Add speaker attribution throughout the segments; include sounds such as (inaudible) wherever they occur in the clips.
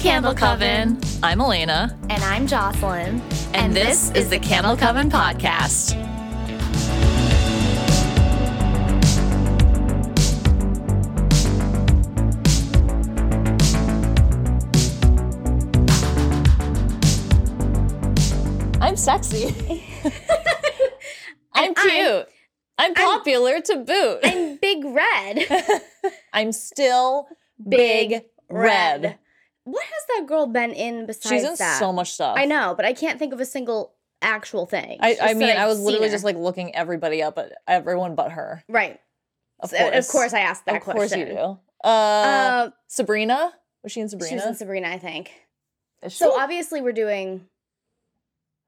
Speaker 1: Candle Coven. I'm Elena,
Speaker 2: And I'm Jocelyn.
Speaker 1: and, this, is the Candle Coven podcast. I'm (laughs) sexy. I'm
Speaker 2: And I'm-
Speaker 1: cute. I'm
Speaker 2: I'm-
Speaker 1: popular to boot.
Speaker 2: I'm Big Red.
Speaker 1: (laughs) I'm still big,
Speaker 2: Big
Speaker 1: red.
Speaker 2: What has that girl been in besides
Speaker 1: She's in
Speaker 2: that?
Speaker 1: so much stuff.
Speaker 2: I know, but I can't think of a single actual thing.
Speaker 1: I,
Speaker 2: It's
Speaker 1: I
Speaker 2: just
Speaker 1: mean,
Speaker 2: that
Speaker 1: I
Speaker 2: I've
Speaker 1: was
Speaker 2: seen
Speaker 1: literally
Speaker 2: her.
Speaker 1: just like looking everybody up, but everyone but her.
Speaker 2: right.
Speaker 1: Of
Speaker 2: So,
Speaker 1: course,
Speaker 2: of course, I asked that
Speaker 1: of course
Speaker 2: question.
Speaker 1: you do. Uh,
Speaker 2: Uh,
Speaker 1: Sabrina was she in Sabrina?
Speaker 2: she was in Sabrina, I think.
Speaker 1: Is she-
Speaker 2: So obviously, we're doing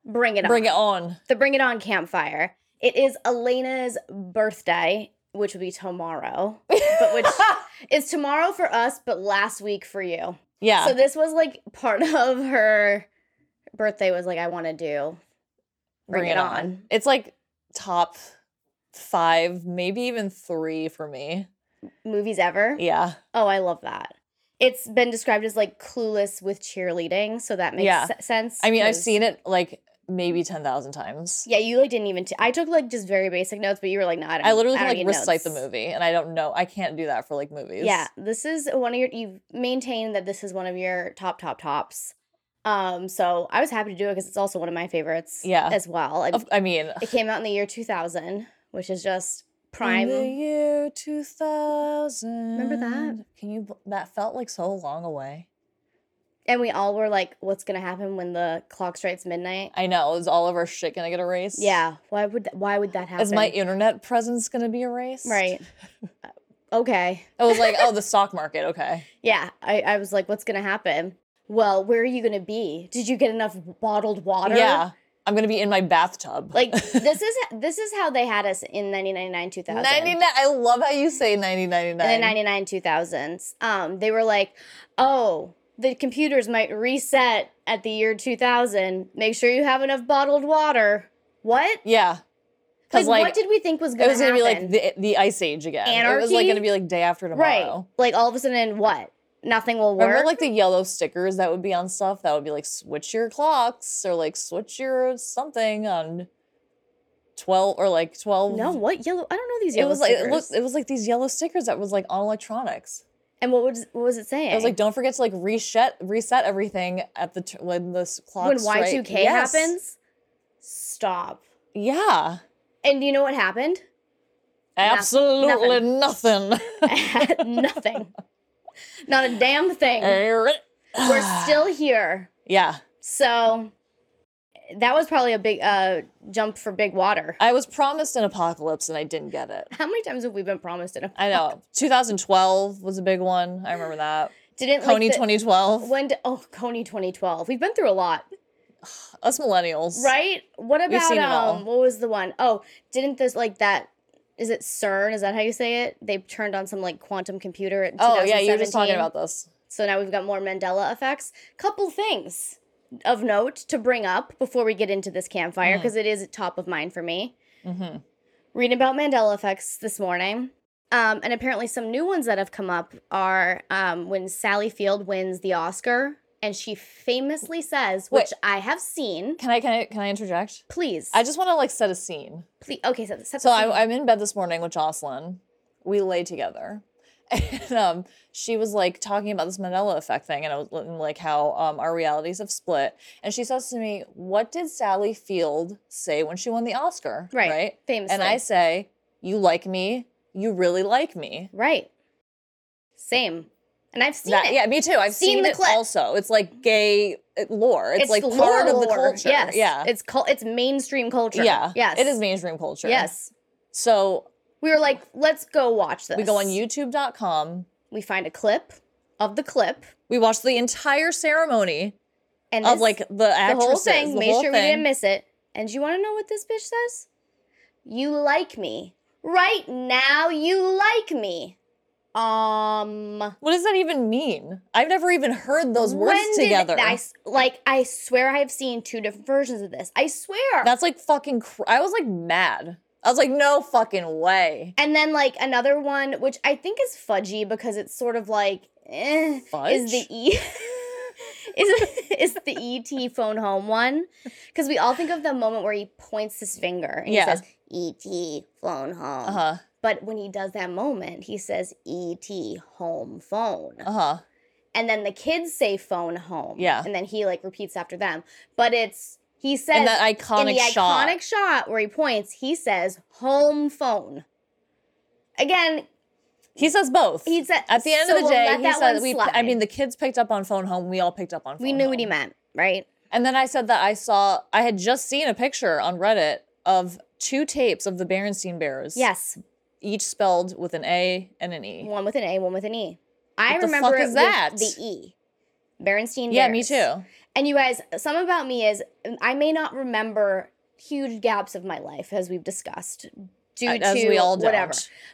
Speaker 2: Bring It On.
Speaker 1: bring it on.
Speaker 2: The Bring It On campfire. It is Elena's birthday, which will be tomorrow. But
Speaker 1: (laughs)
Speaker 2: which is tomorrow for us, but last week for you.
Speaker 1: yeah,
Speaker 2: So this was like part (laughs) of her birthday was like I want to do.
Speaker 1: bring, it, on. It's like top five, maybe even three for me.
Speaker 2: Movies ever?
Speaker 1: Yeah,
Speaker 2: Oh, I love that. It's been described as like clueless with cheerleading, so that makes
Speaker 1: Yeah.
Speaker 2: se- sense.
Speaker 1: I mean, I've
Speaker 2: 'cause-
Speaker 1: seen it like maybe ten thousand times.
Speaker 2: Yeah, you like didn't even. T- I took like just very basic notes, but you were like, "No, I don't."
Speaker 1: I literally
Speaker 2: I
Speaker 1: can
Speaker 2: don't
Speaker 1: like
Speaker 2: need
Speaker 1: recite the
Speaker 2: notes.
Speaker 1: movie, and I don't know. I can't do that for like movies.
Speaker 2: Yeah, this is one of your. You maintain that this is one of your top, top, tops. Um, so I was happy to do it because it's also one of my favorites.
Speaker 1: Yeah.
Speaker 2: as well. And
Speaker 1: Of- I mean,
Speaker 2: it came out in the year two thousand, which is just prime.
Speaker 1: In the year 2000.
Speaker 2: that?
Speaker 1: Can you? bel- That felt like so long away.
Speaker 2: And we all were like, what's going to happen when the clock strikes midnight?
Speaker 1: I know. Is all of our shit gonna get erased?
Speaker 2: Yeah. Why would th- why would that happen?
Speaker 1: Is my internet presence gonna be erased?
Speaker 2: right.
Speaker 1: (laughs)
Speaker 2: Uh, okay.
Speaker 1: I was like, oh,
Speaker 2: (laughs)
Speaker 1: the stock market. Okay.
Speaker 2: Yeah. I, I was like, what's going to happen? Well, where are you going to be? Did you get enough bottled water?
Speaker 1: Yeah. I'm gonna be in my bathtub. (laughs)
Speaker 2: Like this is this is how they had us in 1999 2000.
Speaker 1: 99. I love how you say 9099.
Speaker 2: in the 99 2000s. Um they were like, "Oh, the computers might reset at the year 2000. Make sure you have enough bottled water." What?
Speaker 1: Yeah.
Speaker 2: Like,
Speaker 1: Because like,
Speaker 2: what did we think was going
Speaker 1: it
Speaker 2: to
Speaker 1: was
Speaker 2: happen?
Speaker 1: gonna be like the, the ice age again. It was like
Speaker 2: Anarchy?
Speaker 1: gonna be like day after tomorrow.
Speaker 2: Right. Like all of a sudden, what? Nothing will work.
Speaker 1: Remember like the yellow stickers that would be on stuff that would be like switch your clocks or like switch your something on twelve or like twelve.
Speaker 2: no, what yellow? I don't know these
Speaker 1: it
Speaker 2: yellow
Speaker 1: was like
Speaker 2: stickers.
Speaker 1: it looked. It was like these yellow stickers that was like on electronics.
Speaker 2: and what was what was it saying?
Speaker 1: It was like don't forget to like reset reset everything at the t- when this clock
Speaker 2: when Y two K happens. Stop.
Speaker 1: Yeah,
Speaker 2: And you know what happened? (laughs)
Speaker 1: absolutely nothing.
Speaker 2: Nothing. Not a damn thing. (laughs) We're still here.
Speaker 1: (sighs) yeah.
Speaker 2: So that was probably a big uh, jump for big water.
Speaker 1: I was promised an apocalypse and I didn't get it.
Speaker 2: How many times have we been promised it?
Speaker 1: I know. 2012 was a big one. I remember that.
Speaker 2: Didn't like,
Speaker 1: Coney
Speaker 2: the-
Speaker 1: 2012.
Speaker 2: When d- oh Coney 2012. We've been through a lot.
Speaker 1: Us millennials.
Speaker 2: Right? What
Speaker 1: We've
Speaker 2: about
Speaker 1: seen it all.
Speaker 2: um what was the one? Oh, didn't this like that is it CERN? Is that how you say it? They turned on some like quantum computer in
Speaker 1: Oh, yeah, you were just talking
Speaker 2: 2017.
Speaker 1: about this.
Speaker 2: So now we've got more Mandela effects. Couple things of note to bring up before we get into this
Speaker 1: Mm-hmm.
Speaker 2: campfire because is top of mind for me.
Speaker 1: hmm
Speaker 2: Reading about Mandela effects this morning. Um, and apparently, some new ones that have come up are um, when Sally Field wins the Oscar, and she famously says,
Speaker 1: Wait.
Speaker 2: which I have seen,
Speaker 1: Can I can I can I interject?
Speaker 2: please.
Speaker 1: I just want to like set a scene.
Speaker 2: Please, okay, so, set
Speaker 1: So
Speaker 2: the scene.
Speaker 1: I, I'm in bed this morning with Jocelyn. We lay together, (laughs) and um, she was like talking about this Mandela effect thing, and I was and, like how um, our realities have split. And she says to me, "What did Sally Field say when she won the Oscar?"
Speaker 2: Right.
Speaker 1: right?
Speaker 2: famously,
Speaker 1: And I say, "You like me. You really like me."
Speaker 2: right, same, and I've seen
Speaker 1: That-
Speaker 2: it.
Speaker 1: Yeah, me too. I've
Speaker 2: Seen
Speaker 1: seen,
Speaker 2: the
Speaker 1: it
Speaker 2: clip.
Speaker 1: also. It's like gay uh, lore. It's, like part of the
Speaker 2: lore,
Speaker 1: culture.
Speaker 2: Yes,
Speaker 1: Yeah.
Speaker 2: it's called it's mainstream culture.
Speaker 1: Yeah.
Speaker 2: yes,
Speaker 1: It is mainstream culture.
Speaker 2: Yes,
Speaker 1: So
Speaker 2: we were like, let's go watch this.
Speaker 1: we go on youtube.com.
Speaker 2: We find a clip of the clip
Speaker 1: We watch the entire ceremony
Speaker 2: and
Speaker 1: of
Speaker 2: this-
Speaker 1: like the
Speaker 2: the
Speaker 1: actresses.
Speaker 2: whole thing.
Speaker 1: the
Speaker 2: Made
Speaker 1: whole
Speaker 2: sure we
Speaker 1: thing.
Speaker 2: didn't miss it. And you want to know what this bitch says? You like me right now. You like me. Um.
Speaker 1: What does that even mean? I've never even heard those words
Speaker 2: when did-
Speaker 1: together.
Speaker 2: I s- like I swear I have seen two different versions of this. I swear.
Speaker 1: That's like fucking. Cr- I was like mad. I was like, no fucking way.
Speaker 2: and then like another one, which I think is fudgy because it's sort of like eh, is the
Speaker 1: Fudge?
Speaker 2: e (laughs) is is the ET phone home one because we all think of the moment where he points his finger and
Speaker 1: Yeah.
Speaker 2: he says ET phone home.
Speaker 1: Uh huh.
Speaker 2: But when he does that moment, he says ET home phone.
Speaker 1: Uh huh.
Speaker 2: And then the kids say phone home.
Speaker 1: Yeah.
Speaker 2: And then he like repeats after them. But it's he says
Speaker 1: And that iconic
Speaker 2: in the
Speaker 1: shot.
Speaker 2: iconic shot where he points, he says home phone. Again,
Speaker 1: he says both.
Speaker 2: he said
Speaker 1: At the end
Speaker 2: so
Speaker 1: of the
Speaker 2: we'll
Speaker 1: day,
Speaker 2: let
Speaker 1: he
Speaker 2: that
Speaker 1: said
Speaker 2: one
Speaker 1: we. I
Speaker 2: slide.
Speaker 1: mean, the kids picked up on phone home. We all picked up on. phone
Speaker 2: we knew what he
Speaker 1: home.
Speaker 2: meant, right?
Speaker 1: And then I said that I saw. I had just seen a picture on Reddit of two tapes of the Berenstein Bears.
Speaker 2: Yes,
Speaker 1: Each spelled with an A and an E.
Speaker 2: one with an A, one with an E. I
Speaker 1: What the
Speaker 2: remember
Speaker 1: fuck
Speaker 2: it
Speaker 1: is
Speaker 2: with
Speaker 1: that?
Speaker 2: the E. Berenstein.
Speaker 1: Yeah, me
Speaker 2: Bears.
Speaker 1: too.
Speaker 2: And you guys, some about me is um, I may not remember huge gaps of my life as we've discussed due
Speaker 1: A-
Speaker 2: to
Speaker 1: As we all do.
Speaker 2: whatever.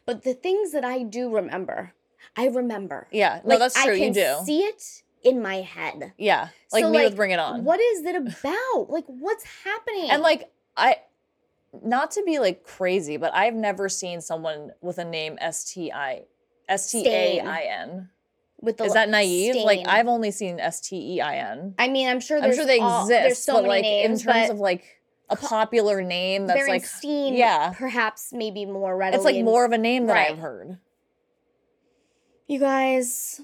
Speaker 2: But the things that I do remember, I remember.
Speaker 1: Yeah. no,
Speaker 2: Like,
Speaker 1: that's true.
Speaker 2: I
Speaker 1: You
Speaker 2: can
Speaker 1: do.
Speaker 2: see it in my head.
Speaker 1: yeah. Like
Speaker 2: So,
Speaker 1: me
Speaker 2: like,
Speaker 1: with Bring It On.
Speaker 2: What is it about? Like what's happening?
Speaker 1: And like I not to be like crazy, but I've never seen someone with a name S T I S T A I N.
Speaker 2: with the
Speaker 1: Is
Speaker 2: l-
Speaker 1: that naive? Like
Speaker 2: stain.
Speaker 1: I've only seen S T E I N.
Speaker 2: I mean, I'm sure
Speaker 1: I'm
Speaker 2: there's
Speaker 1: sure they
Speaker 2: all-
Speaker 1: exist,
Speaker 2: there's so
Speaker 1: but
Speaker 2: many
Speaker 1: like
Speaker 2: names,
Speaker 1: in terms
Speaker 2: but
Speaker 1: of like a popular name that's like
Speaker 2: Berenstein,
Speaker 1: yeah.
Speaker 2: perhaps maybe more readily.
Speaker 1: it's like more of a name that
Speaker 2: Right.
Speaker 1: I've heard.
Speaker 2: You guys,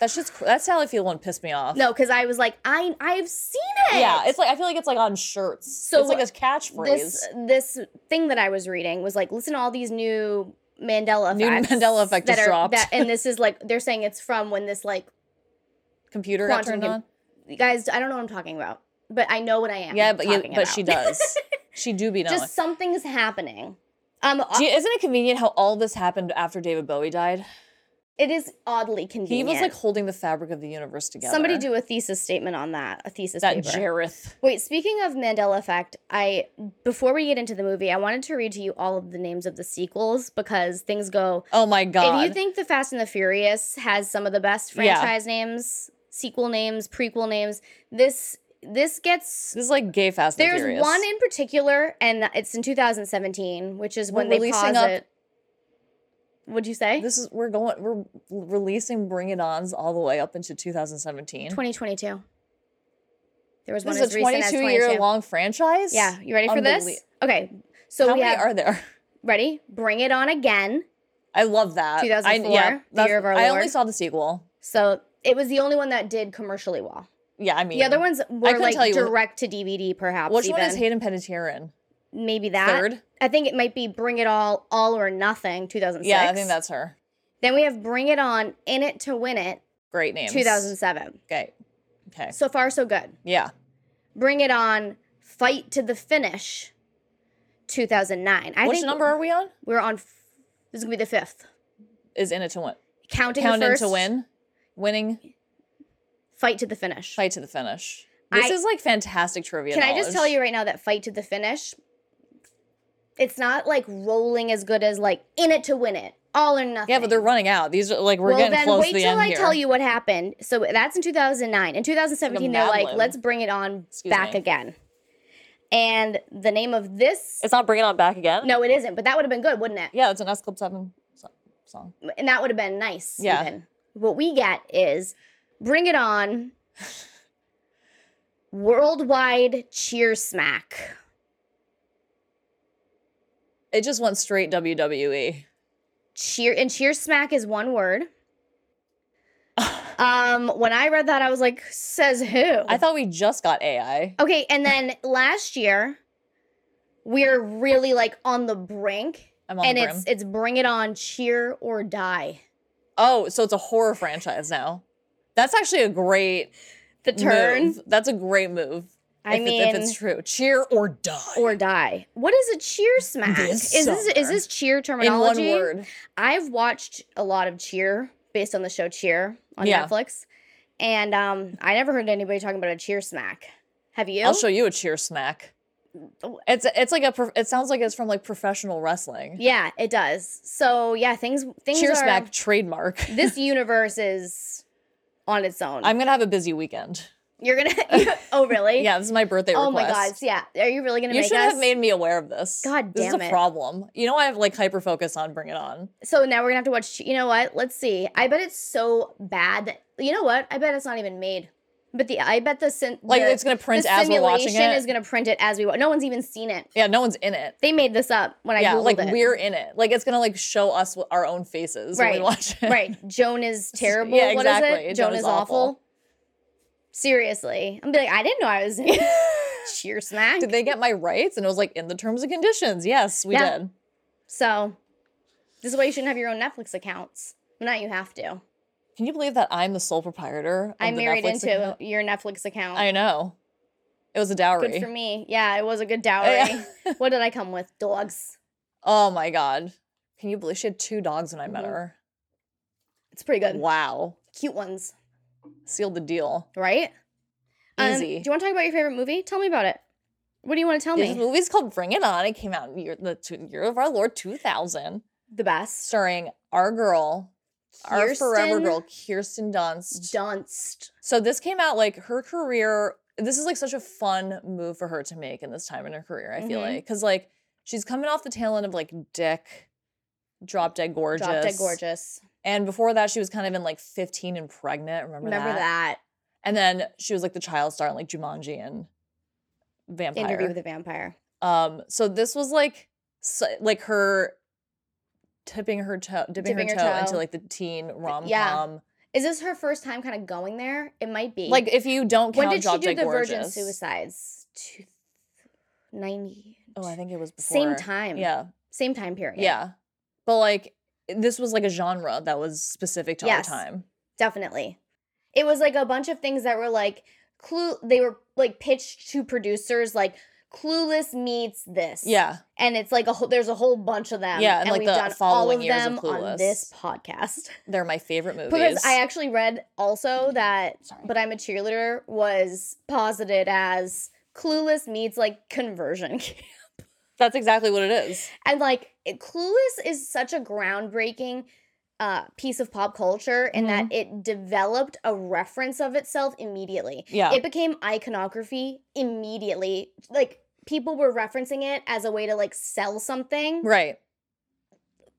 Speaker 1: That's just that's how I feel one pissed me off.
Speaker 2: no, because I was like, I I've seen it.
Speaker 1: Yeah, it's like I feel like it's like on shirts. So
Speaker 2: So
Speaker 1: it's like a catchphrase.
Speaker 2: this this thing that I was reading was like, listen to all these new Mandela
Speaker 1: New
Speaker 2: effects.
Speaker 1: Mandela effect
Speaker 2: that
Speaker 1: just
Speaker 2: are,
Speaker 1: dropped.
Speaker 2: That,
Speaker 1: (laughs)
Speaker 2: and this is like they're saying it's from when this like
Speaker 1: Computer got
Speaker 2: quantum
Speaker 1: turned
Speaker 2: com-
Speaker 1: on.
Speaker 2: you guys. I don't know what I'm talking about, but I know what I am.
Speaker 1: Yeah, but you,
Speaker 2: talking
Speaker 1: but she
Speaker 2: about.
Speaker 1: does.
Speaker 2: (laughs)
Speaker 1: she do be knowing.
Speaker 2: Just something's happening. Um,
Speaker 1: Do you- isn't it convenient how all this happened after David Bowie died?
Speaker 2: it is oddly
Speaker 1: He
Speaker 2: convenient.
Speaker 1: was like holding the fabric of the universe together.
Speaker 2: somebody do a thesis statement on that. A thesis
Speaker 1: that
Speaker 2: paper.
Speaker 1: Jareth.
Speaker 2: Wait, speaking of Mandela Effect, I before we get into the movie, I wanted to read to you all of the names of the sequels because things go.
Speaker 1: Oh my god.
Speaker 2: If you think the Fast and the Furious has some of the best
Speaker 1: Yeah.
Speaker 2: franchise names, sequel names, prequel names, this this gets.
Speaker 1: this is like gay fast and
Speaker 2: There's
Speaker 1: Furious.
Speaker 2: one in particular, and it's in 2017, which is
Speaker 1: We're
Speaker 2: when they
Speaker 1: releasing
Speaker 2: pause
Speaker 1: up-
Speaker 2: it. Would you say
Speaker 1: This is we're going we're l- releasing Bring It Ons all the way up into 2017.
Speaker 2: 2022? There was
Speaker 1: this
Speaker 2: one
Speaker 1: is
Speaker 2: as
Speaker 1: a
Speaker 2: recent as
Speaker 1: 22 year
Speaker 2: 22.
Speaker 1: long franchise.
Speaker 2: Yeah, you ready for
Speaker 1: Unbelie-
Speaker 2: this? Okay, so
Speaker 1: How
Speaker 2: we
Speaker 1: many
Speaker 2: have
Speaker 1: are there? (laughs)
Speaker 2: ready. Bring it on again.
Speaker 1: I love that. I-
Speaker 2: 2004,
Speaker 1: yeah,
Speaker 2: the
Speaker 1: that's-
Speaker 2: year of our
Speaker 1: I only
Speaker 2: Lord.
Speaker 1: saw the sequel.
Speaker 2: So it was the only one that did commercially well.
Speaker 1: Yeah, I mean
Speaker 2: The other ones were
Speaker 1: couldn't tell
Speaker 2: like
Speaker 1: you-
Speaker 2: direct to DVD, perhaps.
Speaker 1: Which
Speaker 2: even.
Speaker 1: one is Hayden Panettiere in?
Speaker 2: Maybe that.
Speaker 1: Third.
Speaker 2: I think it might be Bring It All, All or Nothing, 2006.
Speaker 1: Yeah, I think that's her.
Speaker 2: Then we have Bring It On, In It to Win It,
Speaker 1: Great name.
Speaker 2: 2007.
Speaker 1: Okay. Okay.
Speaker 2: So far, so good.
Speaker 1: Yeah.
Speaker 2: Bring It On, Fight to the Finish, 2009. I
Speaker 1: Which
Speaker 2: think
Speaker 1: number are we on?
Speaker 2: We're on. F- this is gonna be the fifth.
Speaker 1: Is in it to win.
Speaker 2: Counting
Speaker 1: Count
Speaker 2: the
Speaker 1: in
Speaker 2: first.
Speaker 1: to win. Winning
Speaker 2: Fight to the finish.
Speaker 1: Fight to the finish. This
Speaker 2: I-
Speaker 1: is like fantastic trivia.
Speaker 2: Can I just
Speaker 1: knowledge.
Speaker 2: tell you right now that fight to the finish? It's not like rolling as good as like in it to win it, all or nothing.
Speaker 1: Yeah, but they're running out. These are like we're
Speaker 2: well.
Speaker 1: getting
Speaker 2: Then
Speaker 1: close
Speaker 2: wait
Speaker 1: to the
Speaker 2: till
Speaker 1: end
Speaker 2: I
Speaker 1: here.
Speaker 2: tell you what happened. So that's in 2009. In 2017,
Speaker 1: Mad
Speaker 2: they're like,
Speaker 1: Lib.
Speaker 2: let's bring it on
Speaker 1: Excuse
Speaker 2: back
Speaker 1: me.
Speaker 2: again. And the name of this?
Speaker 1: It's not bringing on back again.
Speaker 2: no, it isn't. But that would have been good, wouldn't it?
Speaker 1: Yeah, it's an S Club Seven so- song.
Speaker 2: And that would have been nice.
Speaker 1: Yeah.
Speaker 2: Even. What we get is bring
Speaker 1: (laughs)
Speaker 2: it on. Worldwide cheer smack.
Speaker 1: It just went straight E. WWE.
Speaker 2: cheer and cheer smack is
Speaker 1: (laughs)
Speaker 2: one word. um, when I read that, I was like, says who?
Speaker 1: I thought we just got AI.
Speaker 2: okay, and then last year, we're really like on the brink,
Speaker 1: I'm on
Speaker 2: and
Speaker 1: the brim.
Speaker 2: it's it's bring it on, cheer or die.
Speaker 1: Oh, so it's a horror franchise now. That's actually a great
Speaker 2: The turn
Speaker 1: move. That's a great move.
Speaker 2: I
Speaker 1: if it- if
Speaker 2: mean-
Speaker 1: it's true, cheer or die.
Speaker 2: or die. What is a cheer smack?
Speaker 1: This
Speaker 2: is this is
Speaker 1: summer.
Speaker 2: this cheer
Speaker 1: in one
Speaker 2: terminology?
Speaker 1: word.
Speaker 2: I've watched a lot of cheer based on the show Cheer on
Speaker 1: Yeah.
Speaker 2: Netflix, and um, I never heard anybody talking about a cheer smack. Have you?
Speaker 1: I'll show you a cheer smack. It's it's like a prof- it sounds like it's from like professional wrestling.
Speaker 2: Yeah, it does. So yeah, things things
Speaker 1: Cheer
Speaker 2: are,
Speaker 1: smack trademark.
Speaker 2: This universe is on its own.
Speaker 1: I'm gonna have a busy weekend.
Speaker 2: You're gonna. (laughs) oh really?
Speaker 1: Yeah, this is my birthday
Speaker 2: Oh
Speaker 1: request.
Speaker 2: my god. Yeah. Are you really gonna
Speaker 1: You
Speaker 2: make
Speaker 1: should
Speaker 2: us?
Speaker 1: have made me aware of this.
Speaker 2: God
Speaker 1: this
Speaker 2: damn
Speaker 1: is a
Speaker 2: it.
Speaker 1: problem. You know I have like hyper focus on Bring It On.
Speaker 2: so now we're gonna have to watch. You know what? Let's see. I bet it's so bad that you know what? I bet it's not even made. But the I bet the sim-
Speaker 1: Like
Speaker 2: the,
Speaker 1: it's gonna print
Speaker 2: the
Speaker 1: as we're watching
Speaker 2: simulation
Speaker 1: it.
Speaker 2: is going to print it as we watch. No one's even seen it.
Speaker 1: yeah, no one's in it.
Speaker 2: They made this up when I
Speaker 1: yeah,
Speaker 2: googled
Speaker 1: like (laughs)
Speaker 2: it.
Speaker 1: we're in it. Like it's gonna like show us wh- our own faces when
Speaker 2: Right,
Speaker 1: we watch it.
Speaker 2: right. Joan is terrible.
Speaker 1: yeah,
Speaker 2: What is
Speaker 1: exactly.
Speaker 2: it?
Speaker 1: Joan
Speaker 2: Joan,
Speaker 1: is
Speaker 2: is awful.
Speaker 1: awful.
Speaker 2: Seriously, I'm be like, I didn't know I
Speaker 1: (laughs)
Speaker 2: was in it. sheer smack.
Speaker 1: Did they get my rights? And it was like in the terms and conditions. Yes, we
Speaker 2: Yeah.
Speaker 1: did.
Speaker 2: so this is why you shouldn't have your own Netflix accounts. Well, not you have to.
Speaker 1: Can you believe that I'm the sole proprietor? Of
Speaker 2: I
Speaker 1: the
Speaker 2: married
Speaker 1: Netflix
Speaker 2: into
Speaker 1: account?
Speaker 2: your Netflix account.
Speaker 1: I know. It was a dowry.
Speaker 2: good for me. Yeah, it was a good dowry.
Speaker 1: (laughs) Yeah.
Speaker 2: what did I come with? Dogs.
Speaker 1: Oh my god! Can you believe she had two dogs when I met
Speaker 2: Mhm.
Speaker 1: her?
Speaker 2: It's pretty good.
Speaker 1: Wow,
Speaker 2: Cute ones,
Speaker 1: sealed the deal.
Speaker 2: right? Um,
Speaker 1: Easy.
Speaker 2: do you want to talk about your favorite movie? Tell me about it. What do you want to tell
Speaker 1: Yeah, this
Speaker 2: me?
Speaker 1: movie's called Bring It On. It came out in year, the two, year of our Lord 2000,
Speaker 2: The best.
Speaker 1: starring our girl, our forever
Speaker 2: Kirsten
Speaker 1: girl, Kirsten Dunst.
Speaker 2: Dunst.
Speaker 1: So this came out like her career. This is like such a fun move for her to make in this time in her career. I feel
Speaker 2: Mhm.
Speaker 1: like because like she's coming off the tail end of like Dick, Drop Dead Gorgeous,
Speaker 2: Drop Dead Gorgeous.
Speaker 1: and before that she was kind of in like 15 and Pregnant. Remember,
Speaker 2: Remember that,
Speaker 1: And then she was like the child star in like Jumanji and Vampire.
Speaker 2: interview with the vampire?
Speaker 1: Um, so this was like so, like her tipping her toe, dipping,
Speaker 2: Dipping
Speaker 1: her, toe,
Speaker 2: her toe.
Speaker 1: into like the teen rom com.
Speaker 2: Is this her first time kind of going there? It might be.
Speaker 1: Like if you don't
Speaker 2: when
Speaker 1: count
Speaker 2: did she
Speaker 1: Drop
Speaker 2: do
Speaker 1: Dead
Speaker 2: the
Speaker 1: Gorgeous.
Speaker 2: Virgin Suicides? Two, ninety.
Speaker 1: Oh, I think it was before.
Speaker 2: same time.
Speaker 1: Yeah,
Speaker 2: Same time period.
Speaker 1: yeah. But like this was like a genre that was specific to
Speaker 2: Yes.
Speaker 1: our time.
Speaker 2: Definitely. It was like a bunch of things that were like clue they were like pitched to producers like clueless meets this.
Speaker 1: Yeah,
Speaker 2: And it's like a whole there's a whole bunch of them.
Speaker 1: Yeah, and, like, the following years of
Speaker 2: on this
Speaker 1: Clueless.
Speaker 2: podcast. (laughs)
Speaker 1: they're my favorite movies.
Speaker 2: Because I actually read also that
Speaker 1: Sorry.
Speaker 2: But I'm a Cheerleader was posited as clueless meets like conversion. (laughs)
Speaker 1: That's exactly what it is.
Speaker 2: and like it- clueless is such a groundbreaking uh, piece of pop culture in that
Speaker 1: Mm-hmm.
Speaker 2: it developed a reference of itself immediately
Speaker 1: Yeah.
Speaker 2: it became iconography immediately like people were referencing it as a way to like sell something
Speaker 1: right.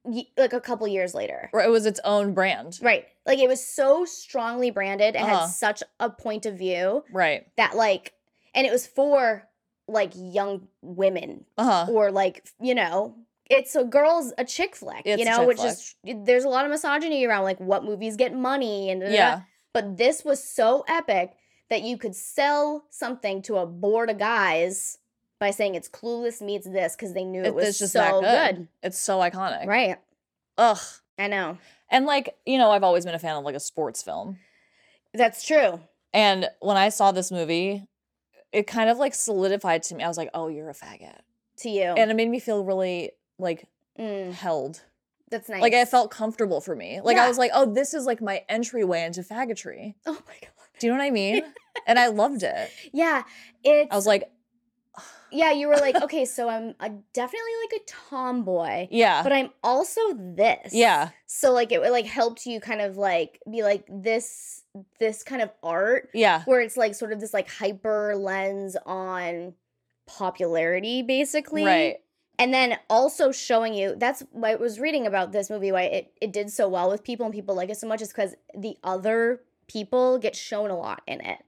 Speaker 2: y- like a couple years later
Speaker 1: Or it was its own brand.
Speaker 2: right like it was so strongly branded and
Speaker 1: Uh-huh.
Speaker 2: had such a point of view
Speaker 1: Right.
Speaker 2: that like and it was for like young women
Speaker 1: Uh huh.
Speaker 2: or like you know it's a girls a chick flick
Speaker 1: It's a
Speaker 2: you know
Speaker 1: chick
Speaker 2: which is there's a lot of misogyny around like what movies get money and da, da, da.
Speaker 1: Yeah.
Speaker 2: but this was so epic that you could sell something to a board of guys by saying it's clueless meets this because they knew it,
Speaker 1: It-
Speaker 2: was
Speaker 1: it's just
Speaker 2: so
Speaker 1: that
Speaker 2: good.
Speaker 1: good. it's so iconic.
Speaker 2: right
Speaker 1: Ugh.
Speaker 2: i know
Speaker 1: And like, you know, I've always been a fan of like a sports film.
Speaker 2: that's true
Speaker 1: And when I saw this movie, it kind of like solidified to me. I was like, oh, you're a faggot.
Speaker 2: to you
Speaker 1: And it made me feel really like
Speaker 2: Oh. mm,
Speaker 1: held.
Speaker 2: that's nice
Speaker 1: Like I felt comfortable for me. Like
Speaker 2: Yeah.
Speaker 1: I was like, oh, this is like my entryway into faggotry.
Speaker 2: oh my god
Speaker 1: Do you know what I mean?
Speaker 2: (laughs)
Speaker 1: and I loved it.
Speaker 2: yeah it's
Speaker 1: I was like,
Speaker 2: yeah you were
Speaker 1: (laughs)
Speaker 2: like okay so i'm uh definitely like a tomboy
Speaker 1: yeah.
Speaker 2: but i'm also this
Speaker 1: yeah.
Speaker 2: so like it like helped you kind of like be like this this kind of art
Speaker 1: Yeah.
Speaker 2: where it's like sort of this like hyper lens on popularity basically
Speaker 1: Right.
Speaker 2: and then also showing you that's why i was reading about this movie why it, it did so well with people and people like it so much is because the other people get shown a lot in it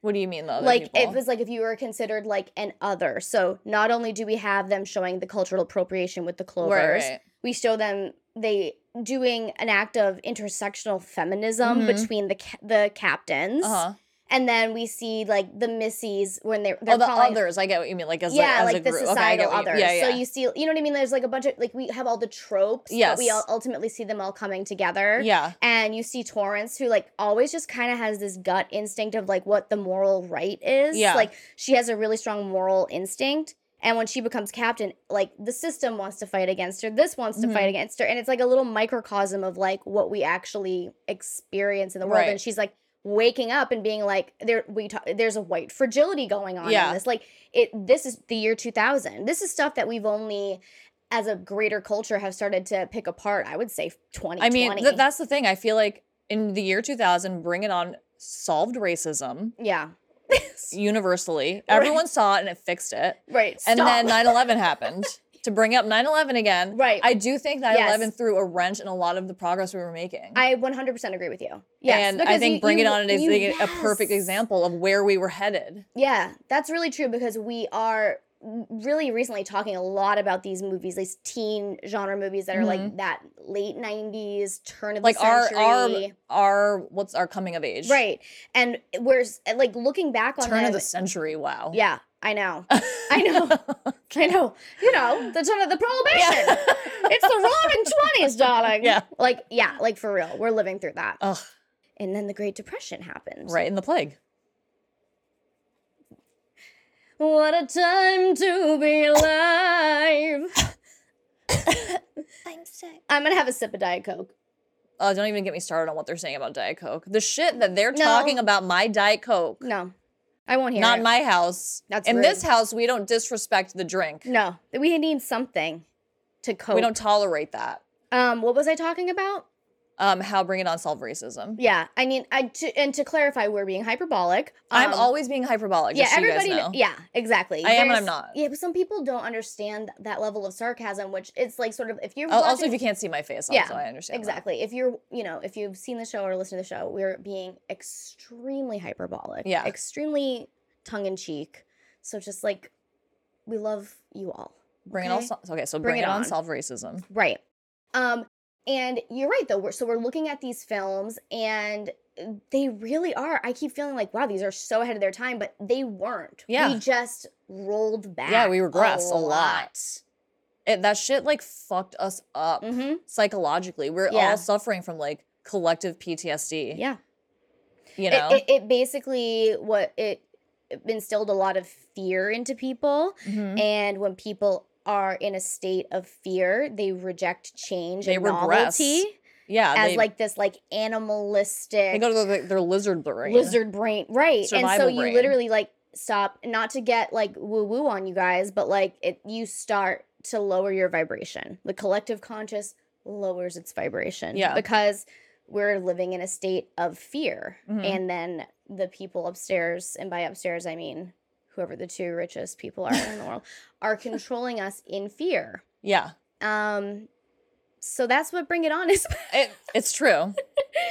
Speaker 1: What do you mean though?
Speaker 2: like it was like if you were considered like an other so not only do we have them showing the cultural appropriation with the clovers
Speaker 1: right, right.
Speaker 2: we show them they doing an act of intersectional feminism
Speaker 1: Mhm.
Speaker 2: between the ca- the captains,
Speaker 1: Uh-huh.
Speaker 2: and then we see like the missies when they're they're
Speaker 1: Oh, the
Speaker 2: calling.
Speaker 1: others. I get what you mean. Like as a,
Speaker 2: yeah,
Speaker 1: as
Speaker 2: like
Speaker 1: a
Speaker 2: the
Speaker 1: group. Okay, I get
Speaker 2: societal
Speaker 1: what you-
Speaker 2: others.
Speaker 1: Yeah, yeah.
Speaker 2: So you see, you know what I mean? There's like a bunch of like we have all the tropes, but we
Speaker 1: Yes.
Speaker 2: all ultimately see them all coming together.
Speaker 1: yeah.
Speaker 2: And you see Torrance, who like always just kind of has this gut instinct of like what the moral right is.
Speaker 1: Yeah.
Speaker 2: Like she has a really strong moral instinct. And when she becomes captain, like the system wants to fight against her, this wants to
Speaker 1: Mm-hmm.
Speaker 2: fight against her. And it's like a little microcosm of like what we actually experience in the world.
Speaker 1: Right.
Speaker 2: And she's like waking up and being like, there we ta- there's a white fragility going on
Speaker 1: Yeah.
Speaker 2: in this. Like it this is the year two thousand. This is stuff that we've only as a greater culture have started to pick apart, I would say twenty.
Speaker 1: I mean, th- that's the thing. I feel like in the year 2000, Bring It On solved racism
Speaker 2: Yeah.
Speaker 1: universally. Everyone saw it and it fixed it.
Speaker 2: (laughs) Right.
Speaker 1: And
Speaker 2: stop. (laughs)
Speaker 1: then 9 11 happened. to bring up 9-11 again
Speaker 2: Right.
Speaker 1: i do think 9-11
Speaker 2: Yes.
Speaker 1: threw a wrench in a lot of the progress we were making
Speaker 2: I 100% agree with you. Yes,
Speaker 1: and i
Speaker 2: because
Speaker 1: think
Speaker 2: you-
Speaker 1: bring
Speaker 2: you-
Speaker 1: it on is
Speaker 2: you-
Speaker 1: a- a perfect
Speaker 2: yes.
Speaker 1: example of where we were headed
Speaker 2: Yeah, that's really true because we are really recently talking a lot about these movies, these teen genre movies that are like that late '90s turn of
Speaker 1: Mm-hmm. like
Speaker 2: the
Speaker 1: our
Speaker 2: century,
Speaker 1: our our what's our coming of age
Speaker 2: right? And we're s- like looking back on
Speaker 1: turn of
Speaker 2: them-
Speaker 1: the century wow
Speaker 2: Yeah, I
Speaker 1: (laughs)
Speaker 2: know, I know, I know. You know, the turn of the prohibition.
Speaker 1: yeah.
Speaker 2: It's the roaring twenties, darling.
Speaker 1: Yeah.
Speaker 2: like yeah, like for real. We're living through that.
Speaker 1: Ugh,
Speaker 2: And then the Great Depression happened.
Speaker 1: right in the plague
Speaker 2: What a time to be alive.
Speaker 1: i'm sick
Speaker 2: I'm gonna have a sip of Diet Coke.
Speaker 1: Oh, don't even get me started on what they're saying about Diet Coke. The shit that they're
Speaker 2: No.
Speaker 1: talking about my Diet Coke.
Speaker 2: No, I won't hear.
Speaker 1: Not
Speaker 2: it.
Speaker 1: in my house.
Speaker 2: That's
Speaker 1: in this
Speaker 2: rude.
Speaker 1: house, we don't disrespect the drink.
Speaker 2: No, that we need something to cope.
Speaker 1: We don't tolerate that.
Speaker 2: Um, what was I talking about?
Speaker 1: Um, how bring it on solved racism.
Speaker 2: Yeah, I mean, I to, and to clarify, we're being hyperbolic.
Speaker 1: I'm
Speaker 2: Um,
Speaker 1: always being hyperbolic.
Speaker 2: Yeah,
Speaker 1: just so you guys
Speaker 2: everybody.
Speaker 1: know.
Speaker 2: kn- Yeah, exactly.
Speaker 1: I am and
Speaker 2: There's-
Speaker 1: I'm not.
Speaker 2: Yeah, but some people don't understand that level of sarcasm, which it's like sort of if you're
Speaker 1: Al-
Speaker 2: watching,
Speaker 1: Oh, Also, if you can't see my face, also,
Speaker 2: Yeah,
Speaker 1: I understand. that.
Speaker 2: exactly if you're you know if you've seen the show or listened to the show, we're being extremely hyperbolic.
Speaker 1: Yeah.
Speaker 2: extremely tongue in cheek. So just like we love you all.
Speaker 1: Bring it on.
Speaker 2: Okay.
Speaker 1: sol- Okay, so bring, it, on solved racism.
Speaker 2: Right. Um, and you're right though. We're, so we're looking at these films, and they really are. I keep feeling like, wow, these are so ahead of their time, but they weren't.
Speaker 1: Yeah.
Speaker 2: we just rolled back.
Speaker 1: we regressed a lot. It, that shit like fucked us up
Speaker 2: Mm-hmm.
Speaker 1: psychologically. We're
Speaker 2: Yeah.
Speaker 1: all suffering from like collective PTSD.
Speaker 2: Yeah.
Speaker 1: You know.
Speaker 2: It, it, it basically what it it instilled a lot of fear into people,
Speaker 1: Mhm.
Speaker 2: and when people are in a state of fear, they reject change
Speaker 1: They
Speaker 2: and
Speaker 1: regress.
Speaker 2: novelty
Speaker 1: Yeah.
Speaker 2: as
Speaker 1: they-
Speaker 2: like this like animalistic.
Speaker 1: They go to their, their lizard brain.
Speaker 2: lizard brain right and so
Speaker 1: Survival
Speaker 2: you
Speaker 1: brain.
Speaker 2: literally like stop not to get like woo woo on you guys but like it you start to lower your vibration the collective conscious lowers its vibration
Speaker 1: Yeah.
Speaker 2: because we're living in a state of fear
Speaker 1: Mhm.
Speaker 2: and then the people upstairs and by upstairs i mean whoever the two richest people are in the
Speaker 1: (laughs)
Speaker 2: world are controlling us in fear
Speaker 1: Yeah,
Speaker 2: um so that's what bring it on is
Speaker 1: it, it's true.
Speaker 2: (laughs)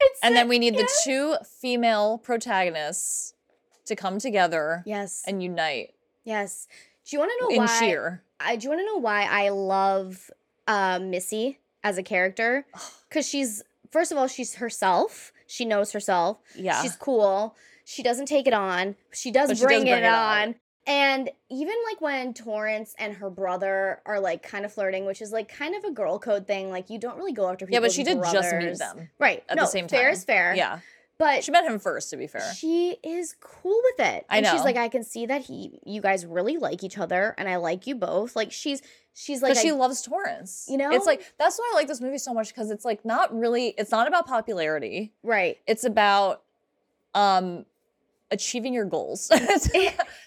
Speaker 2: it's
Speaker 1: And then we need
Speaker 2: yeah.
Speaker 1: the two female protagonists to come together
Speaker 2: yes
Speaker 1: and unite
Speaker 2: yes do you want to know
Speaker 1: in
Speaker 2: why
Speaker 1: cheer.
Speaker 2: I do you want to know why I love uh, Missy as
Speaker 1: (sighs)
Speaker 2: a character? Because she's first of all, she's herself. She knows herself.
Speaker 1: Yeah,
Speaker 2: She's cool. She doesn't take it on. She does,
Speaker 1: But she does
Speaker 2: bring,
Speaker 1: bring
Speaker 2: it,
Speaker 1: it
Speaker 2: on.
Speaker 1: on.
Speaker 2: And even like when Torrance and her brother are like kind of flirting, which is like kind of a girl code thing. Like you don't really go after people.
Speaker 1: yeah, but she did just meet
Speaker 2: brothers.
Speaker 1: them.
Speaker 2: Right.
Speaker 1: at the
Speaker 2: no,
Speaker 1: same
Speaker 2: Fair
Speaker 1: time.
Speaker 2: is fair.
Speaker 1: Yeah,
Speaker 2: But
Speaker 1: she met him first. To be fair,
Speaker 2: she is cool with it.
Speaker 1: I
Speaker 2: And she's
Speaker 1: know.
Speaker 2: like, I can see that he, you guys really like each other, and I like you both. Like she's, she's
Speaker 1: but
Speaker 2: like, I-
Speaker 1: she loves Torrance.
Speaker 2: You know?
Speaker 1: it's like that's why I like this movie so much because it's like not really. It's not about popularity.
Speaker 2: right,
Speaker 1: It's about um achieving your
Speaker 2: (laughs)
Speaker 1: goals. (laughs)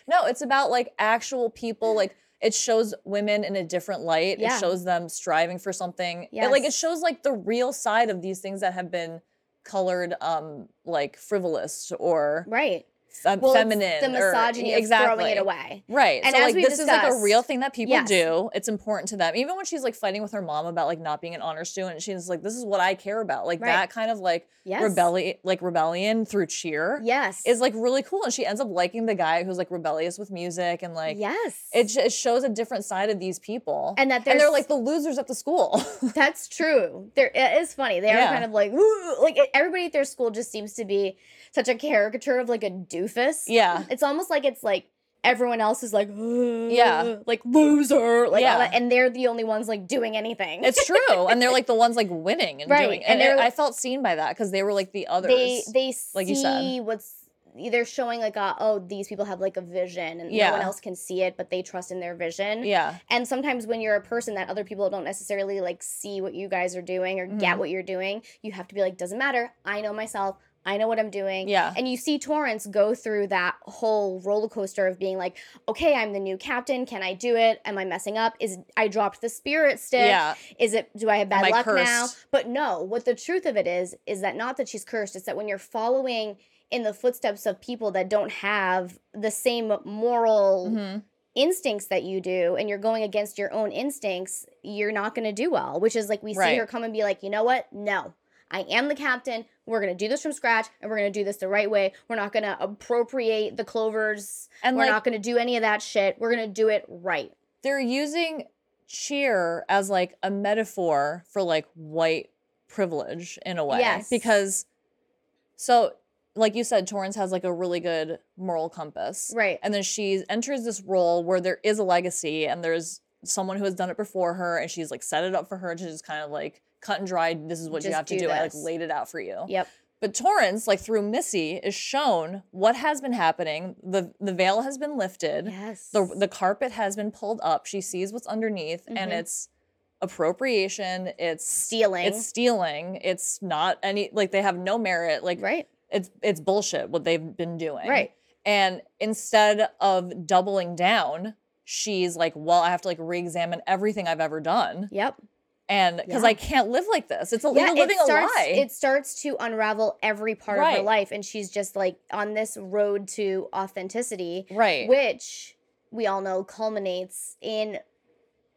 Speaker 1: no, it's about like actual people like it shows women in a different light.
Speaker 2: Yeah.
Speaker 1: It shows them striving for something. It, like it
Speaker 2: Yes.
Speaker 1: shows like the real side of these things that have been colored um like frivolous or
Speaker 2: right.
Speaker 1: fem-
Speaker 2: Well, it's
Speaker 1: feminine
Speaker 2: the
Speaker 1: or-
Speaker 2: misogyny of
Speaker 1: exactly.
Speaker 2: throwing it away.
Speaker 1: Right.
Speaker 2: And
Speaker 1: so
Speaker 2: as
Speaker 1: like
Speaker 2: we
Speaker 1: this is like a
Speaker 2: discussed-
Speaker 1: real thing that people
Speaker 2: Yes.
Speaker 1: do. It's important to them. Even when she's like fighting with her mom about like not being an honor student, she's like this is what I care about. Like
Speaker 2: Right.
Speaker 1: that kind of like
Speaker 2: Yes.
Speaker 1: rebellion like rebellion through cheer
Speaker 2: Yes.
Speaker 1: is like really cool and she ends up liking the guy who's like rebellious with music and like
Speaker 2: yes.
Speaker 1: it, sh- it shows a different side of these people
Speaker 2: And that
Speaker 1: and they're
Speaker 2: there's-
Speaker 1: like (laughs) the losers at the
Speaker 2: (laughs)
Speaker 1: school (laughs)
Speaker 2: That's true. There it is funny. They
Speaker 1: Yeah.
Speaker 2: are kind of like "Ooh," like e- everybody at their school just seems to be such a caricature of like a doofus.
Speaker 1: Yeah.
Speaker 2: It's almost like it's like everyone else is like
Speaker 1: Yeah.
Speaker 2: "Ugh," like loser like
Speaker 1: Yeah.
Speaker 2: all that, and they're the only ones like doing anything.
Speaker 1: it's true and they're like the ones like winning and
Speaker 2: Right,
Speaker 1: doing and,
Speaker 2: and
Speaker 1: it-
Speaker 2: they're-
Speaker 1: i felt seen by that because they were like the others
Speaker 2: they they see
Speaker 1: like you said.
Speaker 2: what's they're showing like a, oh these people have like a vision and no one
Speaker 1: Yeah.
Speaker 2: else can see it but they trust in their vision.
Speaker 1: yeah
Speaker 2: and sometimes when you're a person that other people don't necessarily like see what you guys are doing or get
Speaker 1: Mhm.
Speaker 2: what you're doing you have to be like doesn't matter i know myself i know what i'm doing
Speaker 1: Yeah.
Speaker 2: and you see torrance go through that whole roller coaster of being like okay i'm the new captain can i do it am i messing up is i dropped the spirit stick
Speaker 1: yeah
Speaker 2: is it do i have bad
Speaker 1: I
Speaker 2: luck now
Speaker 1: cursed?
Speaker 2: but no what the truth of it is is that not that she's cursed it's that when you're following in the footsteps of people that don't have the same moral
Speaker 1: Mhm.
Speaker 2: instincts that you do and you're going against your own instincts, you're not going to do well, which is like we see
Speaker 1: Right.
Speaker 2: her come and be like, you know what? No, I am the captain. We're going to do this from scratch and we're going to do this the right way. We're not going to appropriate the clovers.
Speaker 1: And
Speaker 2: we're
Speaker 1: like
Speaker 2: not going to do any of that shit. We're going to do it right.
Speaker 1: they're using cheer as like a metaphor for like white privilege in a way.
Speaker 2: Yes.
Speaker 1: Because so like you said, Torrance has like a really good moral compass.
Speaker 2: Right.
Speaker 1: And then she enters this role where there is a legacy and there's someone who has done it before her and she's like set it up for her to just kind of like cut and dry, this is what you
Speaker 2: Just
Speaker 1: have to
Speaker 2: do
Speaker 1: do. I like
Speaker 2: this.
Speaker 1: laid it out for you.
Speaker 2: Yep.
Speaker 1: But Torrance, like through Missy, is shown what has been happening. The the veil has been lifted
Speaker 2: Yes.
Speaker 1: the the carpet has been pulled up. She sees what's underneath, and
Speaker 2: Mhm.
Speaker 1: it's appropriation. It's
Speaker 2: stealing.
Speaker 1: It's stealing. It's not any like they have no merit. Like
Speaker 2: right.
Speaker 1: it's it's bullshit what they've been doing.
Speaker 2: Right.
Speaker 1: And instead of doubling down, she's like, "Well, I have to like re-examine everything I've ever done,
Speaker 2: (laughs) Yep.
Speaker 1: and because
Speaker 2: Yeah.
Speaker 1: I can't live like this. It's a, you're living
Speaker 2: it starts,
Speaker 1: a lie.
Speaker 2: It starts to unravel every part of her
Speaker 1: Right.
Speaker 2: life, and she's just like on this road to authenticity,
Speaker 1: right.
Speaker 2: which we all know culminates in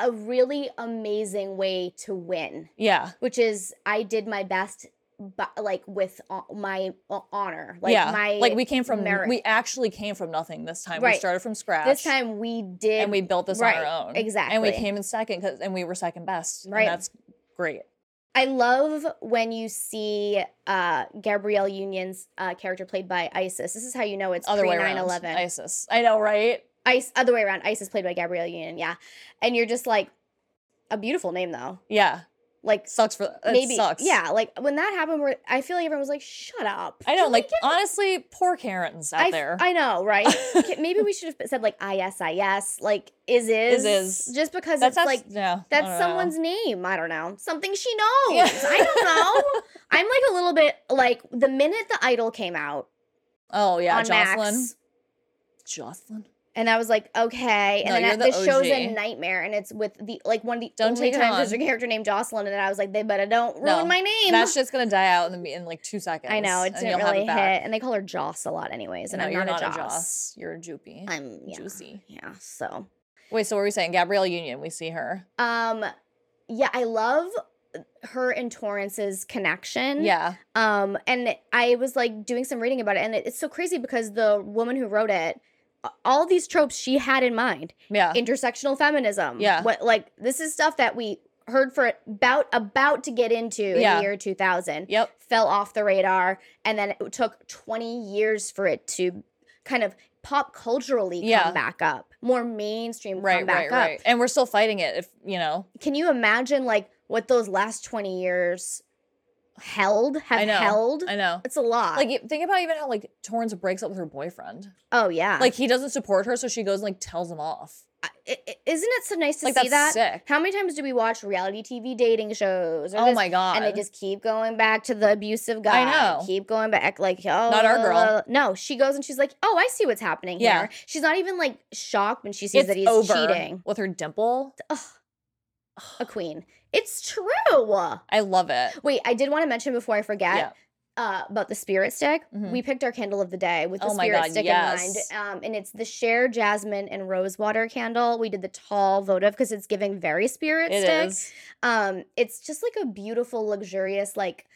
Speaker 2: a really amazing way to win,
Speaker 1: yeah.
Speaker 2: which is I did my best, but like with o- my o- honor, like
Speaker 1: yeah.
Speaker 2: my
Speaker 1: like we came from.
Speaker 2: merit.
Speaker 1: We actually came from nothing this time.
Speaker 2: Right.
Speaker 1: We started from scratch.
Speaker 2: this time we did
Speaker 1: and we built this on our own.
Speaker 2: exactly,
Speaker 1: And we came in second because and we were second best.
Speaker 2: Right.
Speaker 1: And that's great.
Speaker 2: I love when you see uh, Gabrielle Union's uh, character played by Isis. This is how you know it's
Speaker 1: Other
Speaker 2: pre
Speaker 1: way
Speaker 2: 9
Speaker 1: around.
Speaker 2: 11.
Speaker 1: ISIS. I know, right?
Speaker 2: Ice, other way around. Ice is played by Gabrielle Union. Yeah, and you're just like, a beautiful name though.
Speaker 1: Yeah.
Speaker 2: Like
Speaker 1: Sucks for it
Speaker 2: maybe,
Speaker 1: sucks.
Speaker 2: yeah. Like when that happened, where I feel like everyone was like, "Shut up."
Speaker 1: I know,
Speaker 2: Just,
Speaker 1: like
Speaker 2: get-
Speaker 1: honestly, poor Karen's out
Speaker 2: I, f-
Speaker 1: there.
Speaker 2: I
Speaker 1: (laughs)
Speaker 2: know, right? K- maybe we should have said like ISIS, like is is,
Speaker 1: Is is.
Speaker 2: just because
Speaker 1: that's
Speaker 2: it's
Speaker 1: abs-
Speaker 2: like
Speaker 1: yeah, I
Speaker 2: that's
Speaker 1: don't know.
Speaker 2: someone's name. I don't know something she knows.
Speaker 1: Yeah.
Speaker 2: I
Speaker 1: (laughs)
Speaker 2: don't know. I'm like a little bit like the minute the idol came out
Speaker 1: Oh yeah,
Speaker 2: on
Speaker 1: Jocelyn.
Speaker 2: Max,
Speaker 1: Jocelyn.
Speaker 2: And I was like, okay. And
Speaker 1: No,
Speaker 2: then
Speaker 1: you're
Speaker 2: I-
Speaker 1: the
Speaker 2: this show's a
Speaker 1: OG.
Speaker 2: nightmare, and it's with the like one of the
Speaker 1: Don't
Speaker 2: only
Speaker 1: take it
Speaker 2: times there's a
Speaker 1: on.
Speaker 2: character named Jocelyn, and I was like, they better don't ruin
Speaker 1: No,
Speaker 2: my name.
Speaker 1: That shit's gonna die out in the me- in like two seconds.
Speaker 2: (laughs) I know it
Speaker 1: and
Speaker 2: didn't
Speaker 1: you'll have
Speaker 2: really hit,
Speaker 1: back.
Speaker 2: and they call her Joss a lot, anyways. And
Speaker 1: No,
Speaker 2: I'm
Speaker 1: you're
Speaker 2: not,
Speaker 1: a
Speaker 2: a Joss.
Speaker 1: Joss. You're a Joopy.
Speaker 2: I'm yeah,
Speaker 1: Juicy.
Speaker 2: yeah. So,
Speaker 1: Wait, so what were we saying? Gabrielle Union, we see her.
Speaker 2: um, yeah, I love her and Torrance's connection.
Speaker 1: Yeah.
Speaker 2: Um, and I was like doing some reading about it, and it, it's so crazy because the woman who wrote it, a- all these tropes she had in mind.
Speaker 1: Yeah.
Speaker 2: intersectional feminism.
Speaker 1: Yeah.
Speaker 2: What like this is stuff that we heard for about about to get into in
Speaker 1: Yeah.
Speaker 2: the year 2000.
Speaker 1: yep.
Speaker 2: Fell off the radar and then it took 20 years for it to kind of pop culturally
Speaker 1: Yeah.
Speaker 2: come back up. More mainstream come
Speaker 1: Right,
Speaker 2: back
Speaker 1: right,
Speaker 2: up.
Speaker 1: right. And we're still fighting it if you know.
Speaker 2: Can you imagine like what those last 20 years held have
Speaker 1: I know.
Speaker 2: held?
Speaker 1: I know.
Speaker 2: it's a lot.
Speaker 1: Like you- think about even how like Torrance breaks up with her boyfriend.
Speaker 2: oh yeah.
Speaker 1: Like he doesn't support her, so she goes and like tells him off.
Speaker 2: I- i- i- isn't it so nice to
Speaker 1: Like
Speaker 2: see
Speaker 1: that's
Speaker 2: that?
Speaker 1: sick.
Speaker 2: How many times do we watch reality TV dating shows? or
Speaker 1: Oh
Speaker 2: this
Speaker 1: my god.
Speaker 2: and they just keep going back to the abusive guy.
Speaker 1: know.
Speaker 2: Keep going back, like oh,
Speaker 1: Not our girl.
Speaker 2: la, la, la." No, she goes and she's like, oh, I see what's happening
Speaker 1: Yeah.
Speaker 2: here. She's not even like shocked when she sees
Speaker 1: it's
Speaker 2: that he's
Speaker 1: over
Speaker 2: cheating.
Speaker 1: with her dimple.
Speaker 2: A queen. It's true.
Speaker 1: I love it.
Speaker 2: Wait, I did want to mention before I forget.
Speaker 1: Yeah.
Speaker 2: Uh, about the spirit stick,
Speaker 1: Mhm.
Speaker 2: we picked our candle of the day with the
Speaker 1: Oh my
Speaker 2: spirit
Speaker 1: God,
Speaker 2: stick
Speaker 1: yes.
Speaker 2: in mind, um, and it's the share jasmine and rosewater candle. We did the tall votive because it's giving very spirit
Speaker 1: It
Speaker 2: stick.
Speaker 1: is.
Speaker 2: Um, it's just like a beautiful, luxurious, like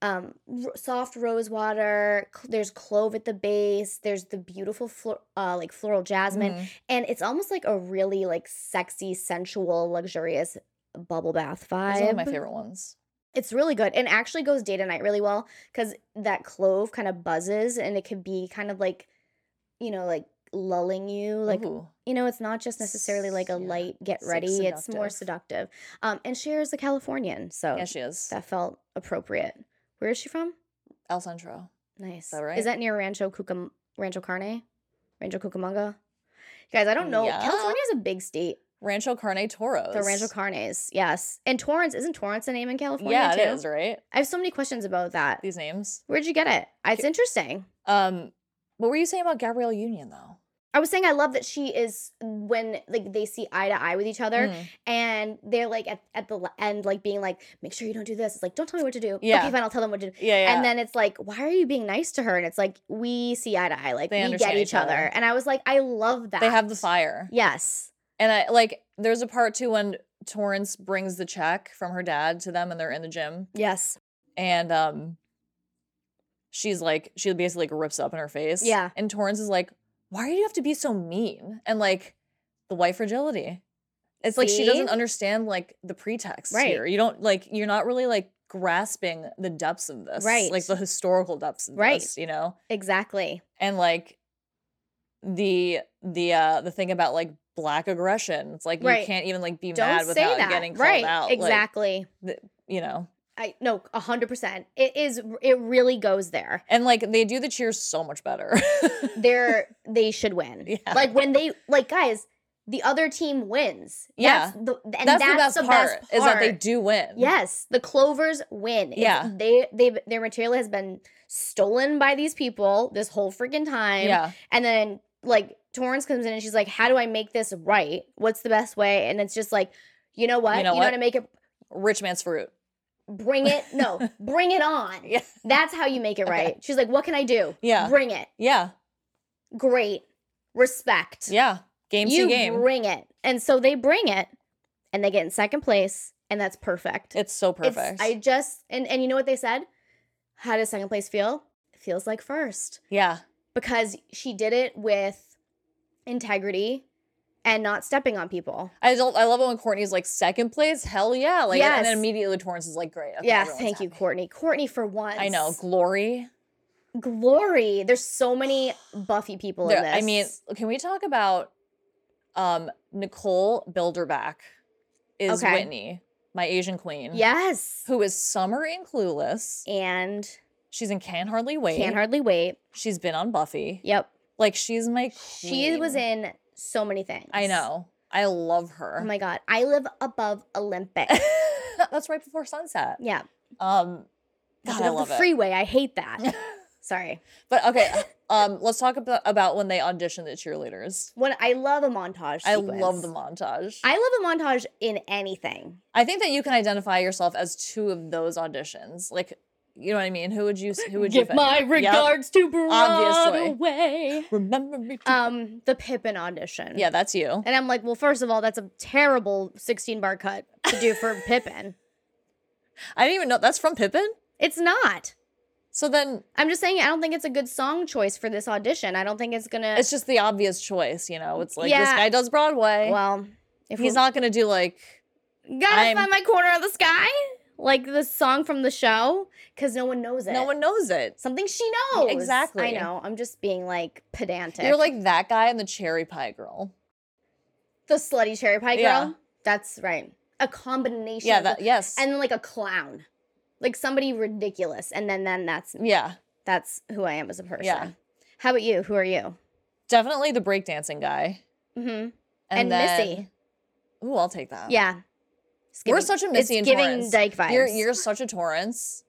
Speaker 2: um r- soft rose water. Cl- there's clove at the base. There's the beautiful flor- uh like floral jasmine,
Speaker 1: Mhm.
Speaker 2: and it's almost like a really like sexy, sensual, luxurious bubble bath vibe.
Speaker 1: It's one of my favorite ones.
Speaker 2: It's really good and actually goes day to night really well because that clove kind of buzzes and it could be kind of like, you know, like lulling you, like
Speaker 1: Ooh.
Speaker 2: you know, it's not just necessarily like a
Speaker 1: Mm-hmm. Yeah,
Speaker 2: light get
Speaker 1: sed-
Speaker 2: ready. It's more
Speaker 1: seductive.
Speaker 2: seductive. Um, and Cher is a Californian, so
Speaker 1: yeah, she is.
Speaker 2: that felt appropriate. Where is she from?
Speaker 1: El Centro.
Speaker 2: Nice. Is
Speaker 1: that right?
Speaker 2: that near Rancho Cucum Rancho Carne? Rancho Cucamonga? Guys, I don't know.
Speaker 1: Yeah.
Speaker 2: California is a big state.
Speaker 1: Rancho Carne Toros.
Speaker 2: The Rancho Carnes, yes. And Torrance, isn't Torrance a name in California
Speaker 1: Yeah,
Speaker 2: too?
Speaker 1: it is, right?
Speaker 2: I have so many questions about that.
Speaker 1: These names.
Speaker 2: Where'd you get it? Ah, It's interesting.
Speaker 1: Um, what were you saying about Gabrielle Union though?
Speaker 2: I was saying I love that she is when like they see eye to eye with each other
Speaker 1: Mm.
Speaker 2: and they're like at, at the l- end like being like make sure you don't do this. It's like don't tell me what to do.
Speaker 1: Yeah.
Speaker 2: Okay, fine, I'll tell them what to do.
Speaker 1: Yeah, yeah.
Speaker 2: And then it's like why are you being nice to her? And it's like we see eye to eye like
Speaker 1: They
Speaker 2: we get
Speaker 1: understand
Speaker 2: each
Speaker 1: each
Speaker 2: other.
Speaker 1: other.
Speaker 2: And I was like I love that.
Speaker 1: they have the fire.
Speaker 2: Yes.
Speaker 1: And I like there's a part too when Torrance brings the check from her dad to them and they're in the gym
Speaker 2: Yes.
Speaker 1: and um she's like she basically like rips up in her face.
Speaker 2: Yeah.
Speaker 1: And Torrance is like, Why do you have to be so mean? And like the white fragility. It's like she doesn't
Speaker 2: See?
Speaker 1: understand like the pretext
Speaker 2: Right.
Speaker 1: here. You don't like you're not really like grasping the depths of this.
Speaker 2: Right.
Speaker 1: Like the historical depths of
Speaker 2: Right.
Speaker 1: this, you know?
Speaker 2: Exactly.
Speaker 1: and like the the uh the thing about like black aggression it's like
Speaker 2: Right.
Speaker 1: you can't even like be
Speaker 2: Don't
Speaker 1: mad
Speaker 2: say
Speaker 1: without
Speaker 2: that.
Speaker 1: getting called
Speaker 2: right.
Speaker 1: out like,
Speaker 2: Exactly.
Speaker 1: you know
Speaker 2: I no, a hundred percent. It is. It really goes there.
Speaker 1: and like they do the cheers so much better (laughs)
Speaker 2: They're they should win.
Speaker 1: Yeah.
Speaker 2: Like when they like guys, the other team wins.
Speaker 1: Yeah.
Speaker 2: That's the, and
Speaker 1: that's, the, best, part, is that they
Speaker 2: part.
Speaker 1: do win
Speaker 2: Yes, the Clovers win. It's-
Speaker 1: Yeah.
Speaker 2: they they their material has been stolen by these people this whole freaking time.
Speaker 1: yeah
Speaker 2: and then like Torrance comes in and she's like, "How do I make this right? What's the best way?" And it's just like, you know what?
Speaker 1: You know
Speaker 2: how
Speaker 1: what?
Speaker 2: to make it.
Speaker 1: rich man's fruit
Speaker 2: Bring it. No,
Speaker 1: (laughs)
Speaker 2: bring it on.
Speaker 1: yeah
Speaker 2: That's how you make it
Speaker 1: (laughs) Okay.
Speaker 2: right. She's like, what can I do?
Speaker 1: Yeah.
Speaker 2: Bring it.
Speaker 1: yeah
Speaker 2: Great. Respect.
Speaker 1: yeah game
Speaker 2: you
Speaker 1: to game
Speaker 2: bring it. And so they bring it and they get in second place. And that's perfect.
Speaker 1: it's so
Speaker 2: It's-
Speaker 1: perfect
Speaker 2: I just and, and you know what they said? How does second place feel? It feels like first.
Speaker 1: yeah
Speaker 2: Because she did it with integrity and not stepping on people.
Speaker 1: I don't. I love it when Courtney's like second place. Hell yeah! Like, and
Speaker 2: Yes.
Speaker 1: then immediately Torrance is like, great. okay,
Speaker 2: yeah,
Speaker 1: everyone's
Speaker 2: thank you,
Speaker 1: happy.
Speaker 2: Courtney. Courtney for once.
Speaker 1: I know glory.
Speaker 2: Glory. There's so many Buffy people in
Speaker 1: There-
Speaker 2: this.
Speaker 1: I mean, can we talk about um Nicole Bilderback is
Speaker 2: Okay.
Speaker 1: Whitney, my Asian queen.
Speaker 2: yes.
Speaker 1: Who is summer in Clueless.
Speaker 2: and
Speaker 1: She's in Can Hardly Wait.
Speaker 2: Can't Hardly Wait.
Speaker 1: she's been on Buffy.
Speaker 2: Yep.
Speaker 1: Like she's my queen.
Speaker 2: She was in so many things.
Speaker 1: I know. I love her.
Speaker 2: Oh my god. I live above Olympic.
Speaker 1: (laughs) That's right before sunset.
Speaker 2: yeah.
Speaker 1: Um God,
Speaker 2: Get
Speaker 1: I
Speaker 2: off
Speaker 1: love
Speaker 2: the
Speaker 1: it.
Speaker 2: freeway. I hate
Speaker 1: (laughs)
Speaker 2: that. Sorry.
Speaker 1: But okay, (laughs) um let's talk about, about when they audition the
Speaker 2: (laughs)
Speaker 1: cheerleaders.
Speaker 2: When I love a montage.
Speaker 1: I
Speaker 2: sequence.
Speaker 1: love the montage. I,
Speaker 2: I love a montage in anything.
Speaker 1: think that you can identify yourself as two of those auditions. Like you know what I mean? Who would you s- who would you
Speaker 2: Give
Speaker 1: pick?
Speaker 2: my regards to
Speaker 1: Obviously.
Speaker 2: Broadway.
Speaker 1: Remember me. to-
Speaker 2: (laughs) Um, the Pippin audition.
Speaker 1: yeah, that's you.
Speaker 2: And I'm like, well, first of all, that's a terrible 16 bar cut to
Speaker 1: (laughs)
Speaker 2: do for Pippin.
Speaker 1: I didn't even know that's from Pippin.
Speaker 2: It's not.
Speaker 1: So then
Speaker 2: I'm just saying, I don't think it's a good song choice for this audition. I don't think it's gonna.
Speaker 1: it's just the obvious choice, you know. It's like this
Speaker 2: Yeah.
Speaker 1: guy does Broadway.
Speaker 2: well, if
Speaker 1: He's
Speaker 2: we're-
Speaker 1: not gonna do like
Speaker 2: gotta
Speaker 1: I'm-
Speaker 2: find my corner of the sky, like the song from the show, because no one knows it.
Speaker 1: no one knows it.
Speaker 2: Something she knows. I
Speaker 1: Exactly.
Speaker 2: know. I'm just being like pedantic.
Speaker 1: You're like that guy and the cherry pie girl.
Speaker 2: the slutty cherry pie girl.
Speaker 1: Yeah.
Speaker 2: That's right. A combination.
Speaker 1: Yeah,
Speaker 2: of the-
Speaker 1: that yes.
Speaker 2: and then like a clown, like somebody ridiculous, and then then that's
Speaker 1: yeah.
Speaker 2: that's who I am as a person.
Speaker 1: Yeah.
Speaker 2: How about you? Who are you?
Speaker 1: Definitely the breakdancing guy.
Speaker 2: Mm-hmm. And
Speaker 1: And,
Speaker 2: Missy.
Speaker 1: then- Ooh, I'll take that.
Speaker 2: Yeah. It's
Speaker 1: Uh, We're
Speaker 2: giving-
Speaker 1: such a
Speaker 2: it's
Speaker 1: Missy and
Speaker 2: giving
Speaker 1: Torrance.
Speaker 2: Dyke vibes.
Speaker 1: You're you're such a
Speaker 2: (laughs)
Speaker 1: Torrance.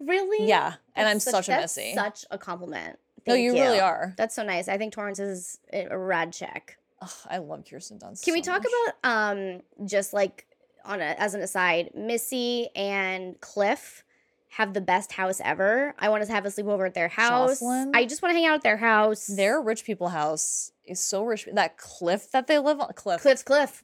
Speaker 2: really
Speaker 1: Yeah. And I'm
Speaker 2: That's
Speaker 1: such, a
Speaker 2: that's
Speaker 1: Missy.
Speaker 2: Such a compliment.
Speaker 1: no,
Speaker 2: Thank
Speaker 1: you, really are.
Speaker 2: That's so nice. I think Torrance is a a rad check.
Speaker 1: Ugh, I love Kirsten Dunst.
Speaker 2: Can we
Speaker 1: so
Speaker 2: talk
Speaker 1: much.
Speaker 2: about um just like on a, as an aside, Missy and Cliff have the best house ever. I want to have a sleepover at their house.
Speaker 1: Jocelyn?
Speaker 2: I just want to hang out at their house.
Speaker 1: Their rich people house is so rich. That cliff that they live on, cliff.
Speaker 2: Cliff's Cliff.